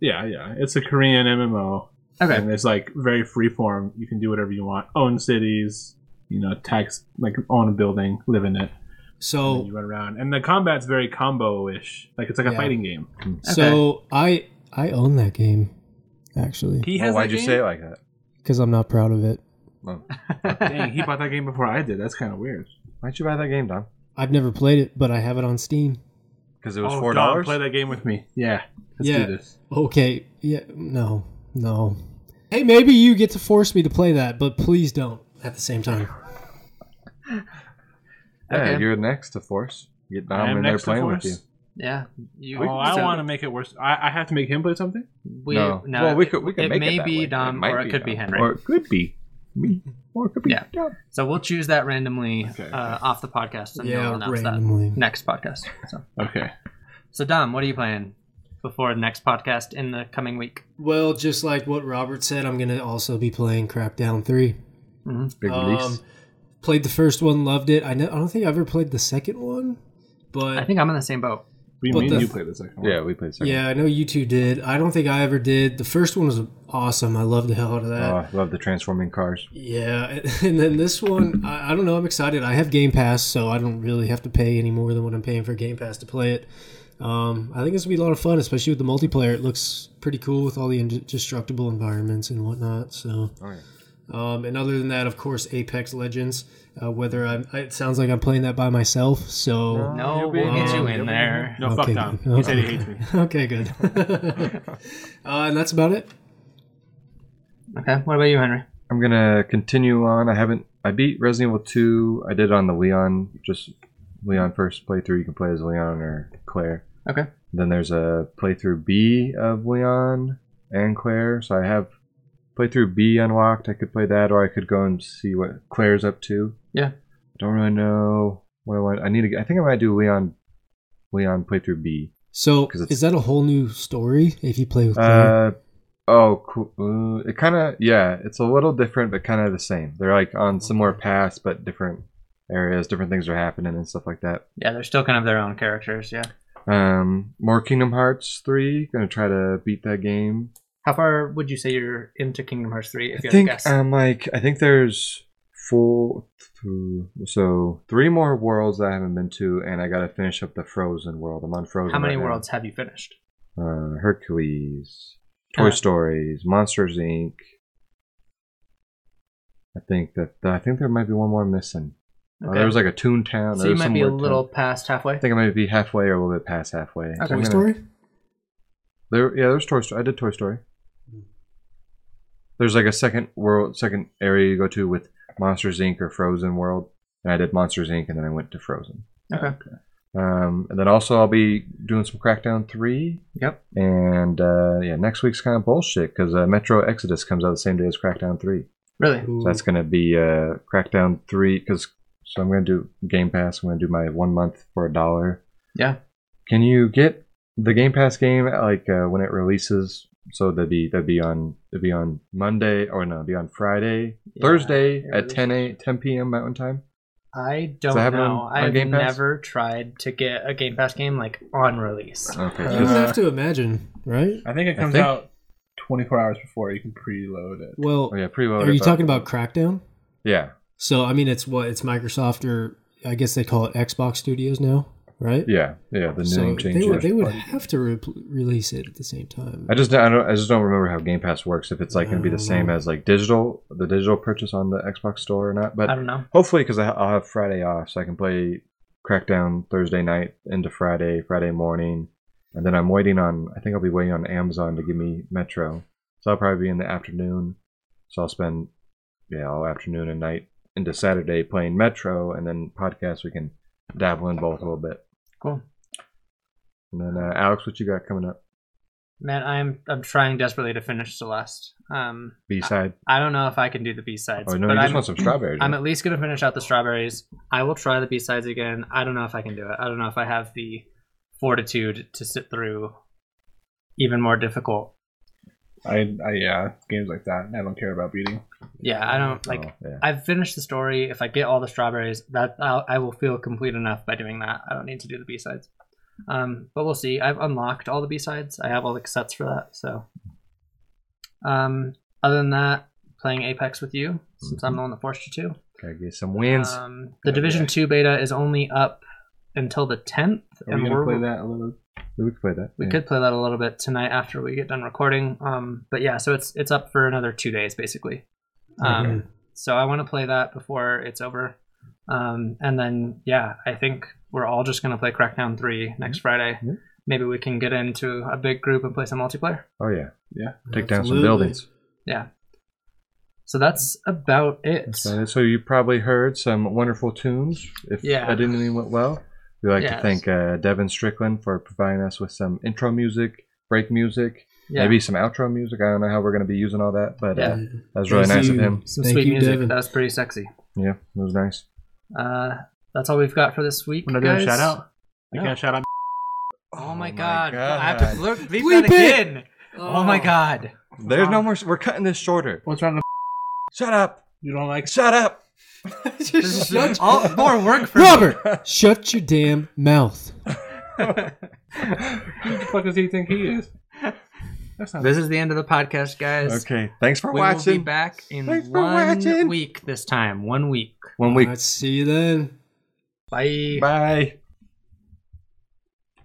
Yeah, yeah. It's a Korean MMO,
okay,
and it's like very freeform. You can do whatever you want. Own cities. You know, tax like own a building, live in it. and
Oh.
then
So
you run around, and the combat's very combo-ish. Like it's like a
Yeah.
fighting game.
so I I own that game actually
He
oh, why'd you say it like that?
because I'm not proud of it.
Oh.
(laughs) Dang, he bought that game before I did. That's kind of weird.
Why'd you buy that game, Dom?
I've never played it, but I have it on Steam.
Because it was
Oh,
four
Dom,
dollars.
Play that game with me. Yeah. Let's
Yeah.
do this.
Okay, yeah, no, no. Hey, maybe you get to force me to play that, but please don't at the same
(laughs)
time.
Yeah,
Okay.
you're next to force. Get
I am
Dom in there
next to
playing with
Force.
you.
yeah. You,
Oh, I
so-
want to make it worse. I, I have to make him play something.
We
no.
no.
Well, we could we could
it
make
may
it that
be
way.
Dom
might
or it
be
could be
Dom.
Henry.
or it could be me or it could be
Yeah.
Dom.
So we'll choose that randomly
Okay,
uh, off the podcast, and
yeah,
we'll announce
randomly.
that next podcast. So,
Okay.
so Dom, what are you playing before the next podcast in the coming week?
Well, just like what Robert said, I'm gonna also be playing Crackdown Three.
Big
Um,
release.
played the first one, loved it. I, ne- I don't think I ever played the second one, but
I think I'm in the same boat.
We
But
mean
the-
you play the second one.
Yeah, we played. Second.
yeah, I know you two did. I don't think I ever did. The first one was awesome. I loved the hell out of that.
Oh, I love the transforming cars.
Yeah, (laughs) and then this one, I, I don't know. I'm excited. I have Game Pass, so I don't really have to pay any more than what I'm paying for Game Pass to play it. Um, I think it's gonna be a lot of fun, especially with the multiplayer. It looks pretty cool with all the indestructible environments and whatnot. So,
Oh yeah.
Um, and other than that, of course, Apex Legends. Uh, whether I'm, it sounds like I'm playing that by myself. So (laughs)
No, we'll get you in there.
No, fuck
Okay.
Tom. He said he hates me.
okay, good. (laughs) uh, and that's about it.
Okay. What about you, Henry?
I'm gonna continue on. I haven't. I beat Resident Evil 2. I did it on the Leon, just Leon first playthrough. You can play as Leon or Claire.
Okay.
Then there's a playthrough B of Leon and Claire. So I have playthrough B unlocked. I could play that, or I could go and see what Claire's up to.
Yeah.
I don't really know what I want. I need to. I think I might do Leon. Leon playthrough B.
So
'Cause it's-
is that a whole new story if you play with Claire?
Uh, oh, cool. Uh, it kind of yeah, it's a little different, but kind of the same. They're like on similar paths, but different areas, different things are happening and stuff like that.
Yeah, they're still kind of their own characters. Yeah.
Um, more Kingdom Hearts three. Gonna try to beat that game.
How far would you say you're into Kingdom Hearts three?
I
If you
think
had to guess.
um, like I think there's four, th- so three more worlds that I haven't been to, and I gotta finish up the Frozen world. I'm on Frozen.
How many
right now.
worlds have you finished?
Uh, Hercules, Toy
Uh.
Stories, Monsters Inc. I think that I think there might be one more missing. Uh,
Okay.
there was like a Toontown.
so
there
you
was
might
some
be a
weird
little
town.
past halfway.
I think I might be halfway or a little bit past halfway. So I'm
Toy
gonna-
Story.
There, yeah, there's Toy Story. I did Toy Story. There's like a second world, second area you go to with Monsters Inc. or Frozen World, and I did Monsters Inc. and then I went to Frozen.
Okay.
Um, and then also I'll be doing some Crackdown three.
Yep.
And uh, yeah, next week's kind of bullshit because uh, Metro Exodus comes out the same day as Crackdown three.
Really?
So that's gonna be uh, Crackdown three because so I'm gonna do Game Pass. I'm gonna do my one month for a dollar.
Yeah.
Can you get the Game Pass game like uh, when it releases? So that'd be that'd be on that'd be on Monday or no, it'd be on Friday,
Yeah,
Thursday
it
at
releases.
10 a 10 p.m. Mountain Time.
I
Does
don't
it happen
know.
on- on
I've
Game Pass?
never tried to get a Game Pass game like on release.
Okay.
You would
Uh,
have to imagine, right?
I think it
I
comes
think-
out 24 hours before you can preload it.
Well,
oh yeah, preload.
are
it,
you
but-
talking about Crackdown?
Yeah,
So I mean, it's what it's Microsoft or I guess they call it Xbox Studios now, right?
yeah, yeah. The
so
name change.
they
yeah.
would, they would have to re- release it at the same time.
I just don't- I don't I just don't remember how Game Pass works. If it's like going to be
I
the
don't
same
Mm.
know.
as like digital, the digital purchase on the Xbox Store or not.
I
But
don't know.
hopefully, because I'll have Friday off, so I can play Crackdown Thursday night into Friday, Friday morning, and then I'm waiting on. I think I'll be waiting on Amazon to give me Metro, so I'll probably be in the afternoon. So I'll spend yeah all afternoon and night into Saturday playing Metro, and then podcast we can dabble in both a little bit.
Cool.
And then uh, Alex, what you got coming up?
Man, I'm I'm trying desperately to finish Celeste. Um,
B side.
I don't know if I can do the B sides,
Oh no,
but
you just
I'm,
want some strawberries.
I'm
right?
at least gonna finish out the strawberries. I will try the B sides again. I don't know if I can do it. I don't know if I have the fortitude to sit through even more difficult.
I, I yeah, games like that. I don't care about beating.
Yeah, I don't like.
Oh, yeah.
I've finished the story. If I get all the strawberries, that I'll, I will feel complete enough by doing that. I don't need to do the B sides. Um, but we'll see. I've unlocked all the B sides. I have all the sets for that. So, um, other than that, playing Apex with you since I'm the one that forced you to.
Gotta get some wins.
Um, the Division Two beta is only up until the 10th,
Are we gonna play that a little?
we could play that.
we
yeah.
could play that a little bit tonight after we get done recording. Um, but yeah, so it's it's up for another two days basically. Um,
Okay.
So I want to play that before it's over, um, and then yeah, I think we're all just gonna play Crackdown Three next Friday.
Mm-hmm. Yeah.
Maybe we can get into a big group and play some multiplayer.
Oh yeah,
Yeah.
take down some
Absolutely.
buildings.
Yeah. So that's about it.
Uh, So, so you probably heard some wonderful tunes. If
Yeah.
editing went well, we like
Yes.
to thank uh, Devin Strickland for providing us with some intro music, break music,
Yeah.
maybe some outro music. I don't know how we're gonna be using all that, but
Yeah.
uh, that was really
Thank
nice of
you.
him.
some
Thank
sweet
you,
music.
Devin.
That was pretty sexy.
Yeah, it was nice.
Uh, that's all we've got for this week.
We're not doing a
guys.
shout out. You
No.
can't shout out.
Oh, my god. I have
God.
to look, bleep
Bleep
that
it!
again. Oh my god.
There's no more. We're cutting this shorter.
What's wrong? with- (laughs)
Shut up!
You don't like?
Shut up!
Just shut
All, more work
(laughs)
for
Robert, shut your damn mouth.
Who the fuck does he think he is? That's not.
This is the end of the podcast, guys.
Okay, thanks for
We will be
watching.
back in
Thanks for
one
watching.
week this time. One week.
One week.
All right, see you then.
Bye.
Bye.
(laughs)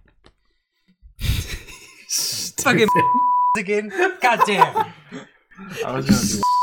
(laughs)
Fucking again. God damn.
I was gonna do.